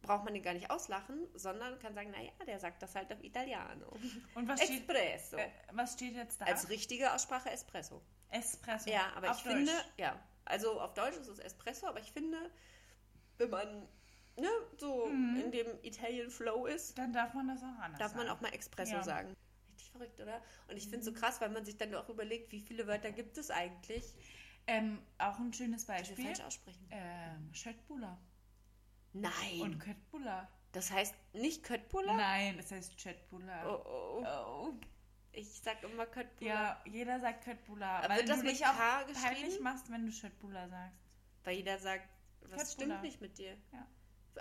Speaker 3: braucht man den gar nicht auslachen, sondern kann sagen, naja, der sagt das halt auf Italiano.
Speaker 4: Und was steht,
Speaker 3: Espresso.
Speaker 4: äh, was steht jetzt da?
Speaker 3: Als richtige Aussprache Espresso.
Speaker 4: Espresso.
Speaker 3: Ja, aber
Speaker 4: Auf
Speaker 3: ich finde,
Speaker 4: Deutsch.
Speaker 3: ja, also auf Deutsch ist es Espresso, aber ich finde, wenn man ne, so
Speaker 4: Mhm.
Speaker 3: in dem Italian Flow ist,
Speaker 4: Dann darf man das auch anders
Speaker 3: darf man
Speaker 4: sagen.
Speaker 3: auch mal Espresso
Speaker 4: Ja. Mhm.
Speaker 3: sagen. Richtig verrückt, oder? Und ich finde es so krass, weil man sich dann auch überlegt, wie viele Wörter gibt es eigentlich,
Speaker 4: Ähm, auch ein schönes
Speaker 3: die wir
Speaker 4: Beispiel.
Speaker 3: falsch aussprechen.
Speaker 4: Ähm, Schöttbula
Speaker 3: Nein,
Speaker 4: und Köttbula.
Speaker 3: das heißt nicht Köttbullar.
Speaker 4: Nein, es heißt Schöttbula.
Speaker 3: Oh, oh, oh.
Speaker 4: Oh.
Speaker 3: Ich sag immer Köttbullar,
Speaker 4: Ja, jeder sagt Köttbula.
Speaker 3: Aber
Speaker 4: Weil
Speaker 3: wird das
Speaker 4: du
Speaker 3: mit
Speaker 4: dich auch
Speaker 3: K
Speaker 4: peinlich
Speaker 3: geschrieben?
Speaker 4: machst, wenn du Schöttbula sagst.
Speaker 3: weil jeder sagt, was
Speaker 4: Köttbullar.
Speaker 3: stimmt nicht mit dir?
Speaker 4: Ja.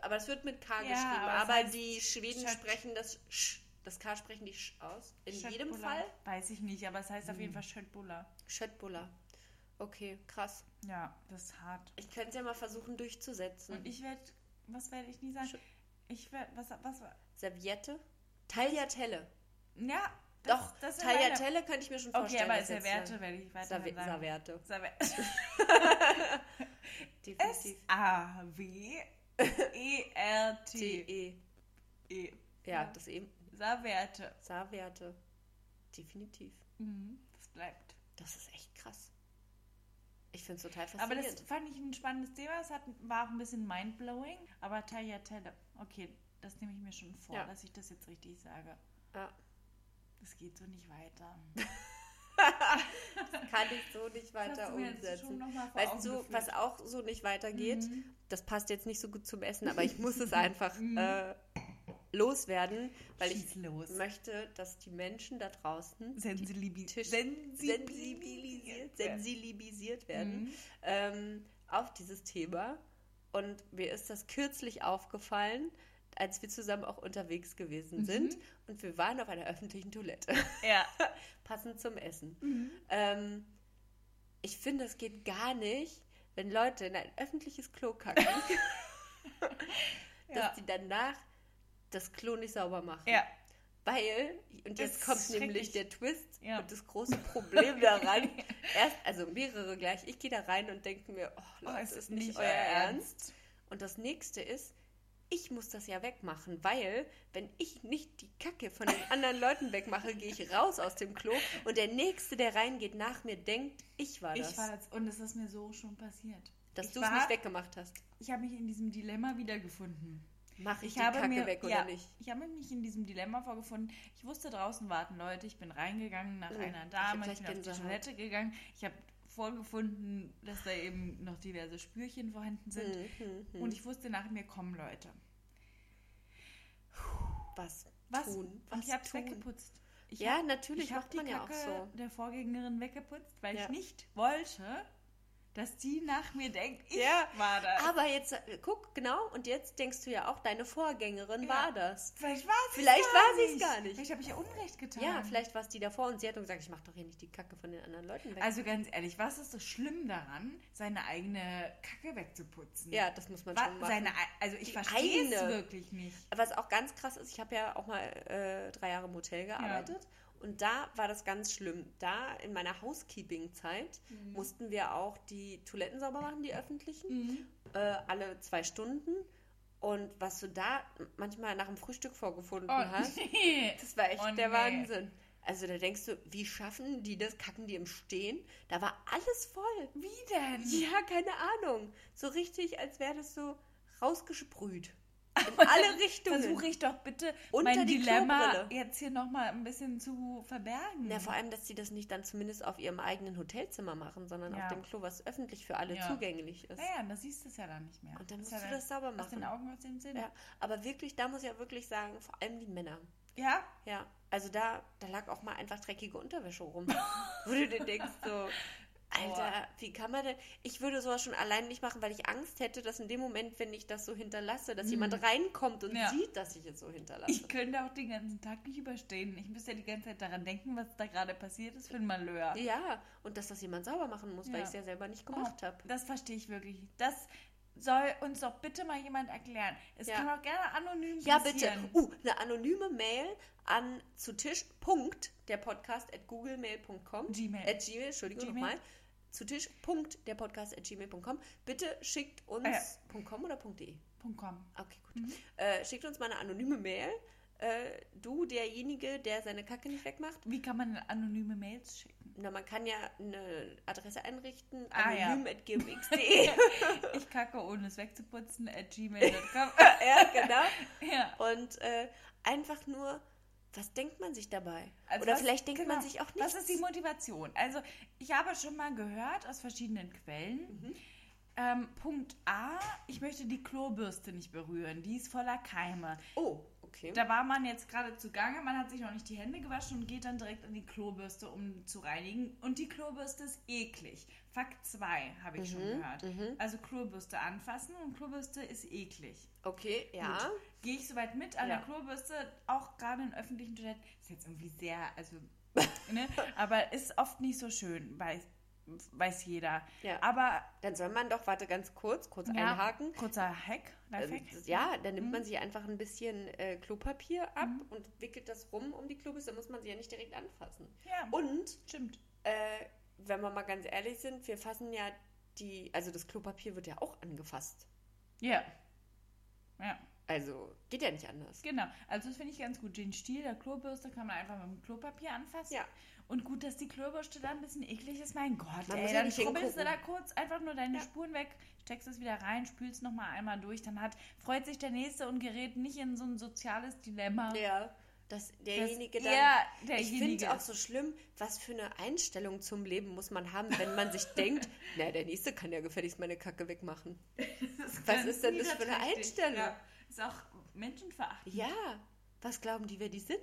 Speaker 3: Aber es wird mit K
Speaker 4: Ja,
Speaker 3: geschrieben,
Speaker 4: aber es
Speaker 3: aber,
Speaker 4: heißt
Speaker 3: die Schweden
Speaker 4: Schött-
Speaker 3: sprechen das Sch, das K sprechen die Sch aus. In jedem
Speaker 4: Schöttbula.
Speaker 3: Fall. Hm.
Speaker 4: Weiß ich nicht, aber es heißt auf jeden Fall Schöttbula.
Speaker 3: Schöttbuller. Okay, krass.
Speaker 4: Ja, das ist hart.
Speaker 3: Ich könnte es ja mal versuchen durchzusetzen.
Speaker 4: Und ich werde, was werde ich nie sagen?
Speaker 3: Hm. Schö-
Speaker 4: Ich werde, was, was,
Speaker 3: Serviette? Tagliatelle.
Speaker 4: ja.
Speaker 3: Doch,
Speaker 4: das sind meine-
Speaker 3: Tagliatelle könnte ich mir schon
Speaker 4: Okay,
Speaker 3: vorstellen.
Speaker 4: aber
Speaker 3: dass jetzt
Speaker 4: Serverte werde ich
Speaker 3: eine-
Speaker 4: weiter
Speaker 3: Serve-
Speaker 4: sagen.
Speaker 3: Servette.
Speaker 4: Servette.
Speaker 3: (laughs) Definitiv.
Speaker 4: E
Speaker 3: (laughs)
Speaker 4: S-A-W-E-R-T-E.
Speaker 3: T-E. E. Ja,
Speaker 4: Ja.
Speaker 3: das eben.
Speaker 4: Saverte.
Speaker 3: Saverte. Definitiv.
Speaker 4: Mhm, Das bleibt.
Speaker 3: Das ist echt krass. Ich finde es total
Speaker 4: Aber
Speaker 3: faszinierend.
Speaker 4: das fand ich ein spannendes Thema. Es hat, war auch ein bisschen mindblowing. Aber Tagliatelle. Okay, das nehme ich mir schon vor,
Speaker 3: Ja.
Speaker 4: dass ich das jetzt richtig sage.
Speaker 3: ja,
Speaker 4: Das geht so nicht weiter.
Speaker 3: kann ich so nicht
Speaker 4: Das hast
Speaker 3: (laughs) weiter
Speaker 4: du mir jetzt schon
Speaker 3: umsetzen.
Speaker 4: noch mal Mhm. vor Augen
Speaker 3: Weißt du,
Speaker 4: geführt.
Speaker 3: was auch so nicht weitergeht, das passt jetzt nicht so gut zum Essen, aber ich
Speaker 4: (laughs)
Speaker 3: muss es einfach äh, loswerden, weil
Speaker 4: Mhm. Schieß los.
Speaker 3: ich möchte, dass die Menschen da draußen
Speaker 4: Sensibilibi-
Speaker 3: Tisch- sensibilisiert,
Speaker 4: sensibilisiert. werden.
Speaker 3: sensibilisiert werden
Speaker 4: Mhm.
Speaker 3: ähm, auf dieses Thema. Und mir ist das kürzlich aufgefallen, als wir zusammen auch unterwegs
Speaker 4: Mhm.
Speaker 3: gewesen sind und wir (laughs) waren auf einer öffentlichen Toilette
Speaker 4: Ja.
Speaker 3: passend zum Essen. Ähm, Ich finde, es geht gar nicht, wenn Leute in ein öffentliches Klo (laughs)
Speaker 4: Ja.
Speaker 3: kacken, (laughs) dass die danach das Klo nicht sauber machen.
Speaker 4: Mhm. ja.
Speaker 3: Weil, und
Speaker 4: Das
Speaker 3: jetzt
Speaker 4: ist
Speaker 3: kommt nämlich
Speaker 4: schrecklich.
Speaker 3: der Twist
Speaker 4: Ja.
Speaker 3: und das große (laughs) Problem daran. Erst, also mehrere gleich. Ich gehe da rein und denke mir, oh,
Speaker 4: (laughs) Oh,
Speaker 3: Leute,
Speaker 4: es
Speaker 3: ist, nicht euer Ernst.
Speaker 4: Ernst.
Speaker 3: Und das nächste ist, ich muss das ja wegmachen, weil wenn ich nicht die Kacke von (laughs) den anderen Leuten wegmache, gehe ich raus aus dem Klo und der nächste, der reingeht nach mir, denkt, ich war das,
Speaker 4: Ich war jetzt, und es ist mir so schon passiert.
Speaker 3: dass
Speaker 4: ich
Speaker 3: du es
Speaker 4: war-
Speaker 3: nicht weggemacht hast.
Speaker 4: Ich habe mich in diesem Dilemma wiedergefunden.
Speaker 3: Mache ich,
Speaker 4: Ich
Speaker 3: die
Speaker 4: habe
Speaker 3: Kacke
Speaker 4: mir,
Speaker 3: weg
Speaker 4: ja,
Speaker 3: oder nicht?
Speaker 4: Ich habe mich in diesem Dilemma vorgefunden. Ich wusste, draußen warten Leute. Ich bin reingegangen nach
Speaker 3: Oh,
Speaker 4: einer
Speaker 3: ich hab
Speaker 4: Dame. Ich,
Speaker 3: gleich
Speaker 4: bin auf die
Speaker 3: Gänsehaut.
Speaker 4: Toilette gegangen. Ich habe vorgefunden, dass da eben noch diverse Spürchen vorhanden sind.
Speaker 3: Mhm, mhm.
Speaker 4: Hm, Und ich wusste, nach mir kommen Leute.
Speaker 3: was,
Speaker 4: Was?
Speaker 3: tun?
Speaker 4: und ich
Speaker 3: Was
Speaker 4: habe es
Speaker 3: tun?
Speaker 4: weggeputzt. Ich
Speaker 3: ja,
Speaker 4: hab-
Speaker 3: natürlich
Speaker 4: ich habe
Speaker 3: macht
Speaker 4: die
Speaker 3: man ja auch
Speaker 4: Kacke
Speaker 3: so.
Speaker 4: der Vorgängerin weggeputzt, weil
Speaker 3: Ja.
Speaker 4: ich nicht wollte, dass die nach mir denkt, ich
Speaker 3: Ja,
Speaker 4: war das.
Speaker 3: Aber jetzt, äh, guck, genau, und jetzt denkst du ja auch, deine Vorgängerin
Speaker 4: Ja.
Speaker 3: war das.
Speaker 4: vielleicht war sie
Speaker 3: Vielleicht
Speaker 4: gar
Speaker 3: war sie's
Speaker 4: nicht.
Speaker 3: gar nicht.
Speaker 4: Vielleicht habe ich ja Unrecht getan.
Speaker 3: Ja, vielleicht war es die davor und sie hat nur gesagt, ich mache doch hier nicht die Kacke von den anderen Leuten weg.
Speaker 4: Also ganz ehrlich, was ist so schlimm daran, seine eigene Kacke wegzuputzen?
Speaker 3: ja, das muss man
Speaker 4: Wa-
Speaker 3: schon machen.
Speaker 4: seine, ei- also ich
Speaker 3: Die
Speaker 4: verstehe es
Speaker 3: eine.
Speaker 4: wirklich nicht.
Speaker 3: Was auch ganz krass ist, ich habe ja auch mal äh, drei Jahre im Hotel gearbeitet und da war das ganz schlimm. Da in meiner Housekeeping-Zeit
Speaker 4: Mhm.
Speaker 3: mussten wir auch die Toiletten sauber machen, die öffentlichen,
Speaker 4: Mhm.
Speaker 3: äh, alle zwei Stunden. Und was du da manchmal nach dem Frühstück vorgefunden
Speaker 4: Oh, (laughs)
Speaker 3: hast,
Speaker 4: nee.
Speaker 3: das war echt
Speaker 4: Oh,
Speaker 3: der
Speaker 4: nee.
Speaker 3: Wahnsinn. Also da denkst du, wie schaffen die das? Kacken die im Stehen? Da war alles voll.
Speaker 4: Wie denn?
Speaker 3: Ja, keine Ahnung. So richtig, als wäre das so rausgesprüht.
Speaker 4: (laughs)
Speaker 3: In alle Richtungen.
Speaker 4: Versuche ich doch bitte,
Speaker 3: Unter
Speaker 4: mein
Speaker 3: die
Speaker 4: Dilemma
Speaker 3: Klobrille.
Speaker 4: jetzt hier nochmal ein bisschen zu verbergen.
Speaker 3: Na, vor allem, dass sie das nicht dann zumindest auf ihrem eigenen Hotelzimmer machen, sondern
Speaker 4: Ja.
Speaker 3: auf dem Klo, was öffentlich für alle
Speaker 4: Ja.
Speaker 3: zugänglich ist.
Speaker 4: naja, da siehst du es ja dann nicht mehr.
Speaker 3: Und dann
Speaker 4: Ist
Speaker 3: musst
Speaker 4: ja
Speaker 3: du das sauber
Speaker 4: Aus den
Speaker 3: machen.
Speaker 4: Augen, aus dem Sinn.
Speaker 3: Ja. Aber wirklich, da muss ich ja wirklich sagen, vor allem die Männer.
Speaker 4: ja?
Speaker 3: Ja. Also da, da lag auch mal einfach dreckige Unterwäsche rum. (laughs) wo du dir denkst, so, Alter, wie kann man denn. Ich würde sowas schon allein nicht machen, weil ich Angst hätte, dass in dem Moment, wenn ich das so hinterlasse, dass jemand reinkommt und
Speaker 4: Mhm. Ja.
Speaker 3: sieht, dass ich es so hinterlasse.
Speaker 4: Ich könnte auch den ganzen Tag nicht überstehen. Ich müsste ja die ganze Zeit daran denken, was da gerade passiert ist für ein Malheur.
Speaker 3: ja, und dass das jemand sauber machen muss,
Speaker 4: Ja. Ah.
Speaker 3: weil ich es ja selber nicht gemacht habe.
Speaker 4: Das verstehe ich wirklich. nicht. Das soll uns doch bitte mal jemand erklären. Es
Speaker 3: Ja.
Speaker 4: kann auch gerne anonym
Speaker 3: Ja, bitte.
Speaker 4: passieren.
Speaker 3: Uh, eine anonyme Mail an zu Tisch. Punkt, der Podcast at googlemail.com.
Speaker 4: Gmail.
Speaker 3: At Gmail, Entschuldigung
Speaker 4: Gmail.
Speaker 3: nochmal. Zu Tisch. Punkt, der Podcast at gmail.com. Bitte schickt uns.
Speaker 4: Ah, Mhm.
Speaker 3: .com oder .de?
Speaker 4: Punkt .com.
Speaker 3: Okay, gut. Äh, schickt uns mal eine anonyme Mail. Äh, du, derjenige, der seine Kacke nicht wegmacht.
Speaker 4: Wie kann man anonyme Mails
Speaker 3: (laughs)
Speaker 4: schicken?
Speaker 3: Na, man kann ja eine Adresse einrichten.
Speaker 4: Ah, ja.
Speaker 3: Anonym at gmx.de.
Speaker 4: (laughs) Ich kacke, ohne es wegzuputzen, at
Speaker 3: (laughs)
Speaker 4: gmail.com.
Speaker 3: ja, genau.
Speaker 4: ja.
Speaker 3: Und äh, einfach nur, was denkt man sich dabei?
Speaker 4: Also
Speaker 3: Oder
Speaker 4: was-
Speaker 3: vielleicht denkt
Speaker 4: genau.
Speaker 3: man sich auch
Speaker 4: Was
Speaker 3: nichts.
Speaker 4: ist die Motivation? Also, ich habe schon mal gehört aus verschiedenen Quellen.
Speaker 3: Mhm.
Speaker 4: Ähm, Punkt A, ich möchte die Klobürste nicht berühren. Die ist voller Keime.
Speaker 3: Oh, okay.
Speaker 4: Da war man jetzt gerade zu Gange, man hat sich noch nicht die Hände gewaschen und geht dann direkt in die Klobürste, um zu reinigen. Und die Klobürste ist eklig. Fakt 2 habe ich schon
Speaker 3: Mhm,
Speaker 4: gehört. Also Klobürste anfassen und Klobürste ist eklig.
Speaker 3: okay, ja.
Speaker 4: Gut. Gehe ich soweit mit an
Speaker 3: Ja.
Speaker 4: der Klobürste, auch gerade in öffentlichen Toiletten. Ist jetzt irgendwie sehr,
Speaker 3: (laughs)
Speaker 4: also, ne? Aber ist oft nicht so schön, weiß, weiß jeder.
Speaker 3: Ja.
Speaker 4: Aber
Speaker 3: Dann soll man doch, warte ganz kurz, kurz
Speaker 4: ja, Mhm.
Speaker 3: einhaken.
Speaker 4: Kurzer Hack,
Speaker 3: Ähm,
Speaker 4: Lifehack.
Speaker 3: ja, dann nimmt man sich einfach ein bisschen äh, Klopapier ab
Speaker 4: Mhm.
Speaker 3: und wickelt das rum um die Klobis, dann muss man sie ja nicht direkt anfassen.
Speaker 4: Ja,
Speaker 3: Und,
Speaker 4: stimmt.
Speaker 3: äh, wenn wir mal ganz ehrlich sind, wir fassen ja die, also das Klopapier wird ja auch angefasst.
Speaker 4: Ja. Ja.
Speaker 3: Also geht ja nicht anders.
Speaker 4: Genau, also das finde ich ganz gut. Den Stiel der Klobürste kann man einfach mit dem Klopapier anfassen.
Speaker 3: Ja.
Speaker 4: Und gut, dass die Klobürste da ein bisschen eklig ist. Mein Gott,
Speaker 3: Man
Speaker 4: ey,
Speaker 3: muss ja
Speaker 4: dann
Speaker 3: nicht
Speaker 4: krubbelst du
Speaker 3: hingucken.
Speaker 4: da kurz einfach nur deine
Speaker 3: Ja.
Speaker 4: Spuren weg, steckst es wieder rein, spülst nochmal einmal durch. Dann hat, freut sich der Nächste und gerät nicht in so ein soziales Dilemma.
Speaker 3: Ja. Dass derjenige
Speaker 4: dass
Speaker 3: dann.
Speaker 4: er
Speaker 3: Ich
Speaker 4: Genau. derjenige (laughs)
Speaker 3: finde auch
Speaker 4: ist.
Speaker 3: so schlimm, was für eine Einstellung zum Leben muss man haben, wenn man sich
Speaker 4: (laughs)
Speaker 3: denkt, na, der Nächste kann ja gefälligst meine Kacke wegmachen. was ist denn das für eine
Speaker 4: Niederträchtig,
Speaker 3: Einstellung?
Speaker 4: Ja. Ist auch menschenverachtend.
Speaker 3: Ja, was glauben die, wer die sind?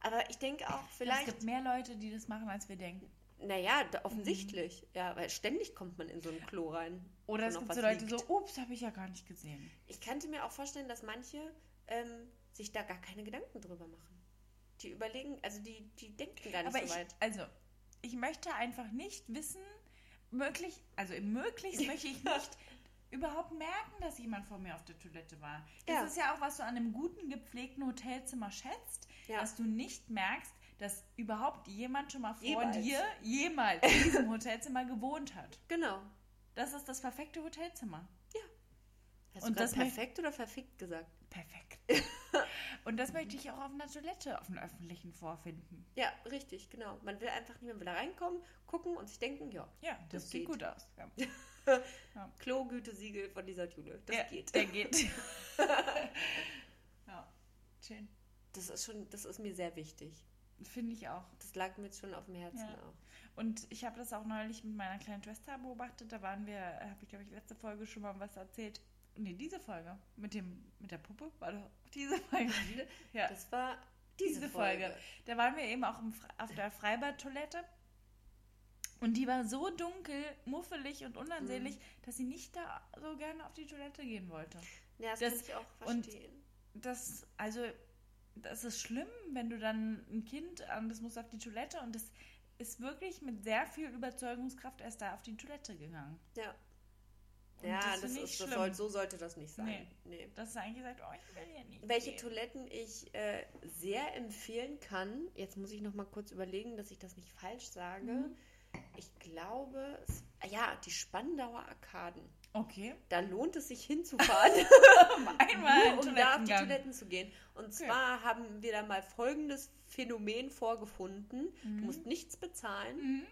Speaker 3: Aber ich denke auch,
Speaker 4: Mhm. Es
Speaker 3: vielleicht,
Speaker 4: gibt mehr Leute, die das machen, als wir denken.
Speaker 3: naja, da- offensichtlich. Ja, weil ständig kommt man in so ein Klo rein.
Speaker 4: Mhm. Oder
Speaker 3: wo
Speaker 4: es
Speaker 3: noch
Speaker 4: gibt
Speaker 3: was
Speaker 4: so Leute
Speaker 3: liegt.
Speaker 4: so, ups, habe ich ja gar nicht gesehen.
Speaker 3: Ich könnte mir auch vorstellen, dass manche ähm, sich da gar keine Gedanken drüber machen. Die überlegen, also die, die denken gar nicht
Speaker 4: Aber
Speaker 3: so
Speaker 4: ich,
Speaker 3: weit.
Speaker 4: also, ich möchte einfach nicht wissen, möglich, also möglichst möchte ich nicht überhaupt merken, dass jemand vor mir auf der Toilette war. Das
Speaker 3: Ja.
Speaker 4: ist ja auch, was du an einem guten, gepflegten Hotelzimmer schätzt,
Speaker 3: Ja.
Speaker 4: dass du nicht merkst, dass überhaupt jemand schon mal vor
Speaker 3: Jemals.
Speaker 4: dir jemals in diesem Hotelzimmer gewohnt hat.
Speaker 3: Genau.
Speaker 4: Das ist das perfekte Hotelzimmer.
Speaker 3: Hast
Speaker 4: Und
Speaker 3: du das
Speaker 4: das möcht-
Speaker 3: perfekt oder verfickt gesagt? (laughs)
Speaker 4: Perfekt. Und das möchte ich auch auf einer Toilette, auf einem öffentlichen vorfinden.
Speaker 3: Ja, richtig, genau. Man will einfach nicht mehr wieder reinkommen, gucken und sich denken, ja,
Speaker 4: Ja, das,
Speaker 3: Das
Speaker 4: sieht
Speaker 3: geht.
Speaker 4: gut aus. Ja.
Speaker 3: Klo-Gütesiegel von dieser Tüte. Das
Speaker 4: ja,
Speaker 3: geht.
Speaker 4: Der
Speaker 3: (laughs)
Speaker 4: geht. ja, schön.
Speaker 3: Das ist schon, das ist mir sehr wichtig.
Speaker 4: Finde ich auch.
Speaker 3: Das lag mir jetzt schon auf dem Herzen
Speaker 4: Ja.
Speaker 3: auch.
Speaker 4: Und ich habe das auch neulich mit meiner kleinen Schwester beobachtet. Da waren wir, habe ich glaube ich letzte Folge schon mal was erzählt. Nee, diese Folge. Mit dem, mit der Puppe war doch diese (laughs) Folge. Ja,
Speaker 3: Das war diese,
Speaker 4: diese, Folge.
Speaker 3: Folge.
Speaker 4: Da waren wir eben auch im, Fre- auf der Freibadtoilette. Und die war so dunkel, muffelig und
Speaker 3: Mhm.
Speaker 4: unansehnlich, dass sie nicht da so gerne auf die Toilette gehen wollte.
Speaker 3: Ja, das,
Speaker 4: Das-
Speaker 3: kann ich auch
Speaker 4: und-
Speaker 3: verstehen.
Speaker 4: das, also, das ist schlimm, wenn du dann ein Kind an, das muss auf die Toilette und das ist wirklich mit sehr viel Überzeugungskraft erst da auf die Toilette gegangen.
Speaker 3: ja.
Speaker 4: Und
Speaker 3: Ja, das,
Speaker 4: das finde ich
Speaker 3: ist, das
Speaker 4: schlimm.
Speaker 3: soll, so sollte das nicht sein. Nee.
Speaker 4: Dass sie eigentlich sagt, oh, ich will hier nicht.
Speaker 3: Welche
Speaker 4: gehen.
Speaker 3: Toiletten ich äh, sehr empfehlen kann, jetzt muss ich noch mal kurz überlegen, dass ich das nicht falsch sage.
Speaker 4: Mhm.
Speaker 3: Ich glaube, es, ja, die Spandauer Arkaden.
Speaker 4: Okay. (laughs)
Speaker 3: Da lohnt es sich hinzufahren.
Speaker 4: Einmal
Speaker 3: (laughs) nur, um da auf die
Speaker 4: Toilettengang.
Speaker 3: Toiletten zu gehen. Und zwar haben wir da mal folgendes Phänomen vorgefunden. Du musst nichts bezahlen
Speaker 4: Mhm.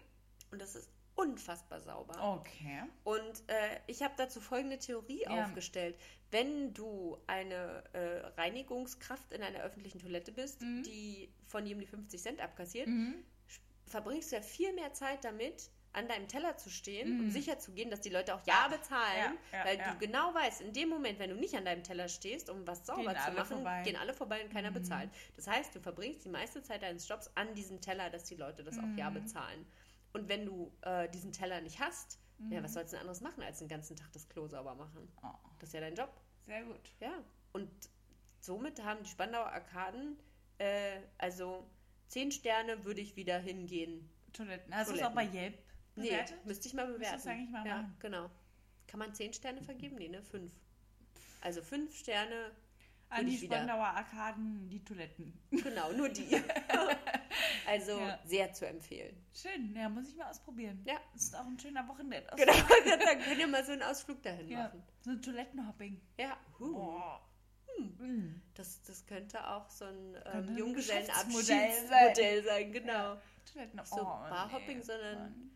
Speaker 3: und das ist unfassbar sauber.
Speaker 4: Oh. Okay.
Speaker 3: Und äh, ich habe dazu folgende Theorie
Speaker 4: Ja.
Speaker 3: aufgestellt. Wenn du eine äh, Reinigungskraft in einer öffentlichen Toilette bist,
Speaker 4: Mhm.
Speaker 3: die von jedem die 50 Cent abkassiert,
Speaker 4: Mhm.
Speaker 3: verbringst du ja viel mehr Zeit damit, an deinem Teller zu stehen, um
Speaker 4: Mhm.
Speaker 3: sicher zu gehen, dass die Leute auch Ja bezahlen,
Speaker 4: Ja, ja,
Speaker 3: weil
Speaker 4: ja.
Speaker 3: du genau weißt, in dem Moment, wenn du nicht an deinem Teller stehst, um was sauber
Speaker 4: Gehen
Speaker 3: zu
Speaker 4: alle
Speaker 3: machen,
Speaker 4: vorbei.
Speaker 3: gehen alle vorbei und keiner
Speaker 4: Mhm.
Speaker 3: bezahlt. Das heißt, du verbringst die meiste Zeit deines Jobs an diesem Teller, dass die Leute das auch Ja
Speaker 4: Mhm.
Speaker 3: bezahlen. Und wenn du äh, diesen Teller nicht hast, ja,
Speaker 4: Mhm.
Speaker 3: was sollst du denn anderes machen, als den ganzen Tag das Klo sauber machen?
Speaker 4: Oh,
Speaker 3: Das ist ja dein Job.
Speaker 4: sehr gut.
Speaker 3: Ja, und somit haben die Spandauer Arkaden, äh, also 10 Sterne würde ich wieder hingehen.
Speaker 4: Toiletten. Also ist auch bei Yelp
Speaker 3: Nee,
Speaker 4: bewertet?
Speaker 3: müsste ich mal
Speaker 4: Müsstest
Speaker 3: bewerten.
Speaker 4: du eigentlich mal
Speaker 3: ja,
Speaker 4: machen.
Speaker 3: genau. Kann man 10 Sterne vergeben? Nee, ne? 5. Also 5
Speaker 4: (laughs)
Speaker 3: Sterne,
Speaker 4: An die
Speaker 3: ich wieder.
Speaker 4: Spandauer Arkaden, die Toiletten.
Speaker 3: genau,
Speaker 4: (laughs)
Speaker 3: nur die. also
Speaker 4: Ja.
Speaker 3: sehr
Speaker 4: (laughs)
Speaker 3: zu empfehlen.
Speaker 4: Schön, ja, muss ich mal ausprobieren.
Speaker 3: Ja.
Speaker 4: Ist auch ein schöner Wochenende.
Speaker 3: Genau, dann könnt ihr mal so einen Ausflug
Speaker 4: (laughs)
Speaker 3: dahin
Speaker 4: Ja,
Speaker 3: machen.
Speaker 4: so ein Toilettenhopping.
Speaker 3: Ja, huh.
Speaker 4: Oh.
Speaker 3: Hm.
Speaker 4: Mhm.
Speaker 3: Das, das könnte auch so ein
Speaker 4: Könnte
Speaker 3: ähm,
Speaker 4: ein
Speaker 3: Junggesellenabschiedsmodell
Speaker 4: Geschäftsmodell sein.
Speaker 3: sein. sein, genau.
Speaker 4: Toiletten
Speaker 3: so Barhopping, sondern
Speaker 4: oh, Mann.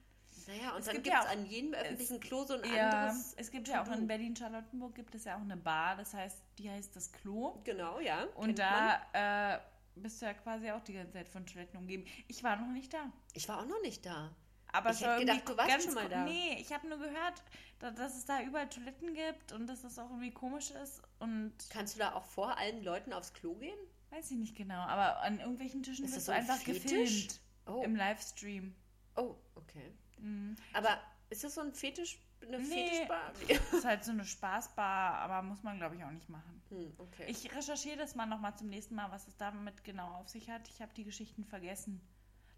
Speaker 3: Naja, und
Speaker 4: Es
Speaker 3: dann
Speaker 4: gibt
Speaker 3: gibt es
Speaker 4: ja auch-
Speaker 3: an jedem öffentlichen Klo so ein
Speaker 4: Ja,
Speaker 3: anderes.
Speaker 4: es gibt ja auch
Speaker 3: To-Do.
Speaker 4: in Berlin-Charlottenburg gibt es ja auch eine Bar, das heißt, die heißt das Klo.
Speaker 3: Genau, ja.
Speaker 4: Und
Speaker 3: kennt man.
Speaker 4: da äh, bist du ja quasi auch die ganze Zeit von Toiletten umgeben. Ich war noch nicht da.
Speaker 3: Ich war auch noch nicht da.
Speaker 4: Aber
Speaker 3: Ich
Speaker 4: es
Speaker 3: hätte
Speaker 4: war irgendwie
Speaker 3: gedacht, du warst
Speaker 4: ganz
Speaker 3: schon mal
Speaker 4: ko-
Speaker 3: da.
Speaker 4: Nee, ich habe nur gehört, da- dass es da überall Toiletten gibt und dass das auch irgendwie komisch ist und
Speaker 3: Kannst du da auch vor allen Leuten aufs Klo gehen?
Speaker 4: weiß ich nicht genau, aber an irgendwelchen Tischen
Speaker 3: Ist
Speaker 4: wirst
Speaker 3: das so
Speaker 4: du
Speaker 3: ein
Speaker 4: einfach
Speaker 3: Fetisch?
Speaker 4: gefilmt
Speaker 3: Oh,
Speaker 4: im Livestream.
Speaker 3: oh okay.
Speaker 4: Mhm.
Speaker 3: Aber ist das so ein Fetisch, eine
Speaker 4: Nee. (laughs)
Speaker 3: Fetischbar?
Speaker 4: Ist halt so eine Spaßbar, aber muss man, glaube ich, auch nicht machen.
Speaker 3: Hm, okay.
Speaker 4: Ich recherchiere das mal nochmal zum nächsten Mal, was es damit genau auf sich hat. Ich habe die Geschichten vergessen.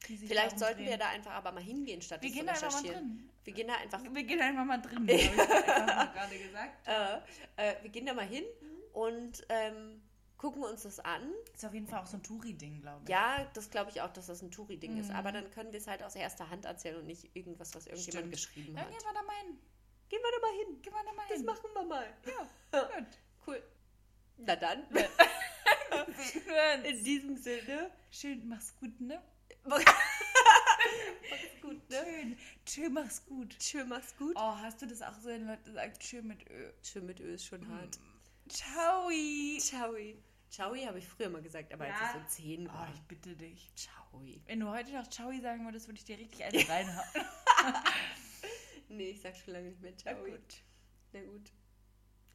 Speaker 4: die sich
Speaker 3: Vielleicht
Speaker 4: darum
Speaker 3: sollten wir
Speaker 4: drehen.
Speaker 3: da einfach aber mal hingehen, statt
Speaker 4: Wir
Speaker 3: das zu
Speaker 4: gehen da einfach mal
Speaker 3: recherchieren.
Speaker 4: drin. Mhm.
Speaker 3: Wir gehen da einfach
Speaker 4: Wir gehen einfach mal drin. hab
Speaker 3: (laughs)
Speaker 4: ich einfach mal gerade gesagt.
Speaker 3: äh, äh, wir gehen da mal hin und ähm, gucken uns das an.
Speaker 4: Ist auf jeden Fall auch so ein Touri-Ding, glaube ich.
Speaker 3: Ja, das glaube ich auch, dass das ein Touri-Ding ist.
Speaker 4: Mhm.
Speaker 3: Aber dann können wir es halt aus erster Hand erzählen und nicht irgendwas, was irgendjemand
Speaker 4: Stimmt.
Speaker 3: geschrieben
Speaker 4: Dann
Speaker 3: hat.
Speaker 4: gehen wir da mal hin.
Speaker 3: Gehen wir da mal hin.
Speaker 4: Gehen wir da mal
Speaker 3: Das
Speaker 4: hin.
Speaker 3: machen wir mal.
Speaker 4: machen
Speaker 3: Cool. Na dann, (laughs)
Speaker 4: Gut. Wir hören.
Speaker 3: in diesem Sinne,
Speaker 4: Schön, mach's gut, ne?
Speaker 3: mach's gut, ne?
Speaker 4: Schön. Schön, mach's gut.
Speaker 3: Tschö, mach's gut.
Speaker 4: Oh, hast du das auch so, wenn Leute sagen, schön mit Ö.
Speaker 3: Tschö mit Ö ist schon hart.
Speaker 4: Ciao.
Speaker 3: Ciao. Ciao habe ich früher mal gesagt, aber
Speaker 4: Ja.
Speaker 3: als ich so zehn
Speaker 4: Oh,
Speaker 3: war.
Speaker 4: ich bitte dich.
Speaker 3: Ciao.
Speaker 4: Wenn du heute noch Ciao sagen würdest, würde ich dir richtig einen reinhauen.
Speaker 3: Nee, ich sag schon lange nicht mehr
Speaker 4: Na
Speaker 3: Ciao. Na gut.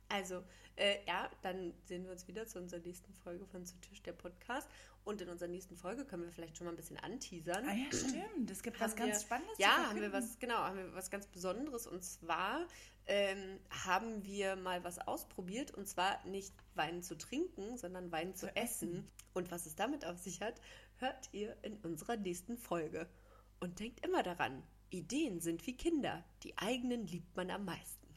Speaker 3: Also, äh, ja, dann sehen wir uns wieder zu unserer nächsten Folge von Zu Tisch, der Podcast. Und in unserer nächsten Folge können wir vielleicht schon mal ein bisschen anteasern.
Speaker 4: Ah ja, stimmt. Es gibt
Speaker 3: Haben
Speaker 4: was ganz
Speaker 3: wir-
Speaker 4: Spannendes. zu
Speaker 3: Ja, haben wir
Speaker 4: verkünden.
Speaker 3: was, genau, haben wir was ganz Besonderes und zwar ähm, haben wir mal was ausprobiert und zwar nicht Wein zu trinken, sondern Wein zu essen. Und was es damit auf sich hat, hört ihr in unserer nächsten Folge. Und denkt immer daran, Ideen sind wie Kinder. Die eigenen liebt man am meisten.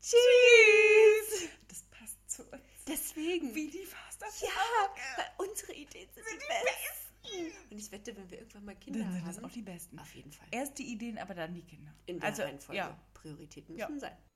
Speaker 4: Tschüss! Das passt zu uns.
Speaker 3: Deswegen.
Speaker 4: Wie die Faust auf
Speaker 3: ja,
Speaker 4: die Augen.
Speaker 3: weil unsere Ideen sind, die, besten. Und ich wette, wenn wir irgendwann mal Kinder
Speaker 4: Dann sind
Speaker 3: genau, haben.
Speaker 4: das auch die Besten.
Speaker 3: auf jeden Fall.
Speaker 4: Erst die Ideen, aber dann die Kinder.
Speaker 3: In der
Speaker 4: also,
Speaker 3: Reihenfolge.
Speaker 4: Ja.
Speaker 3: Prioritäten
Speaker 4: Ja.
Speaker 3: müssen sein.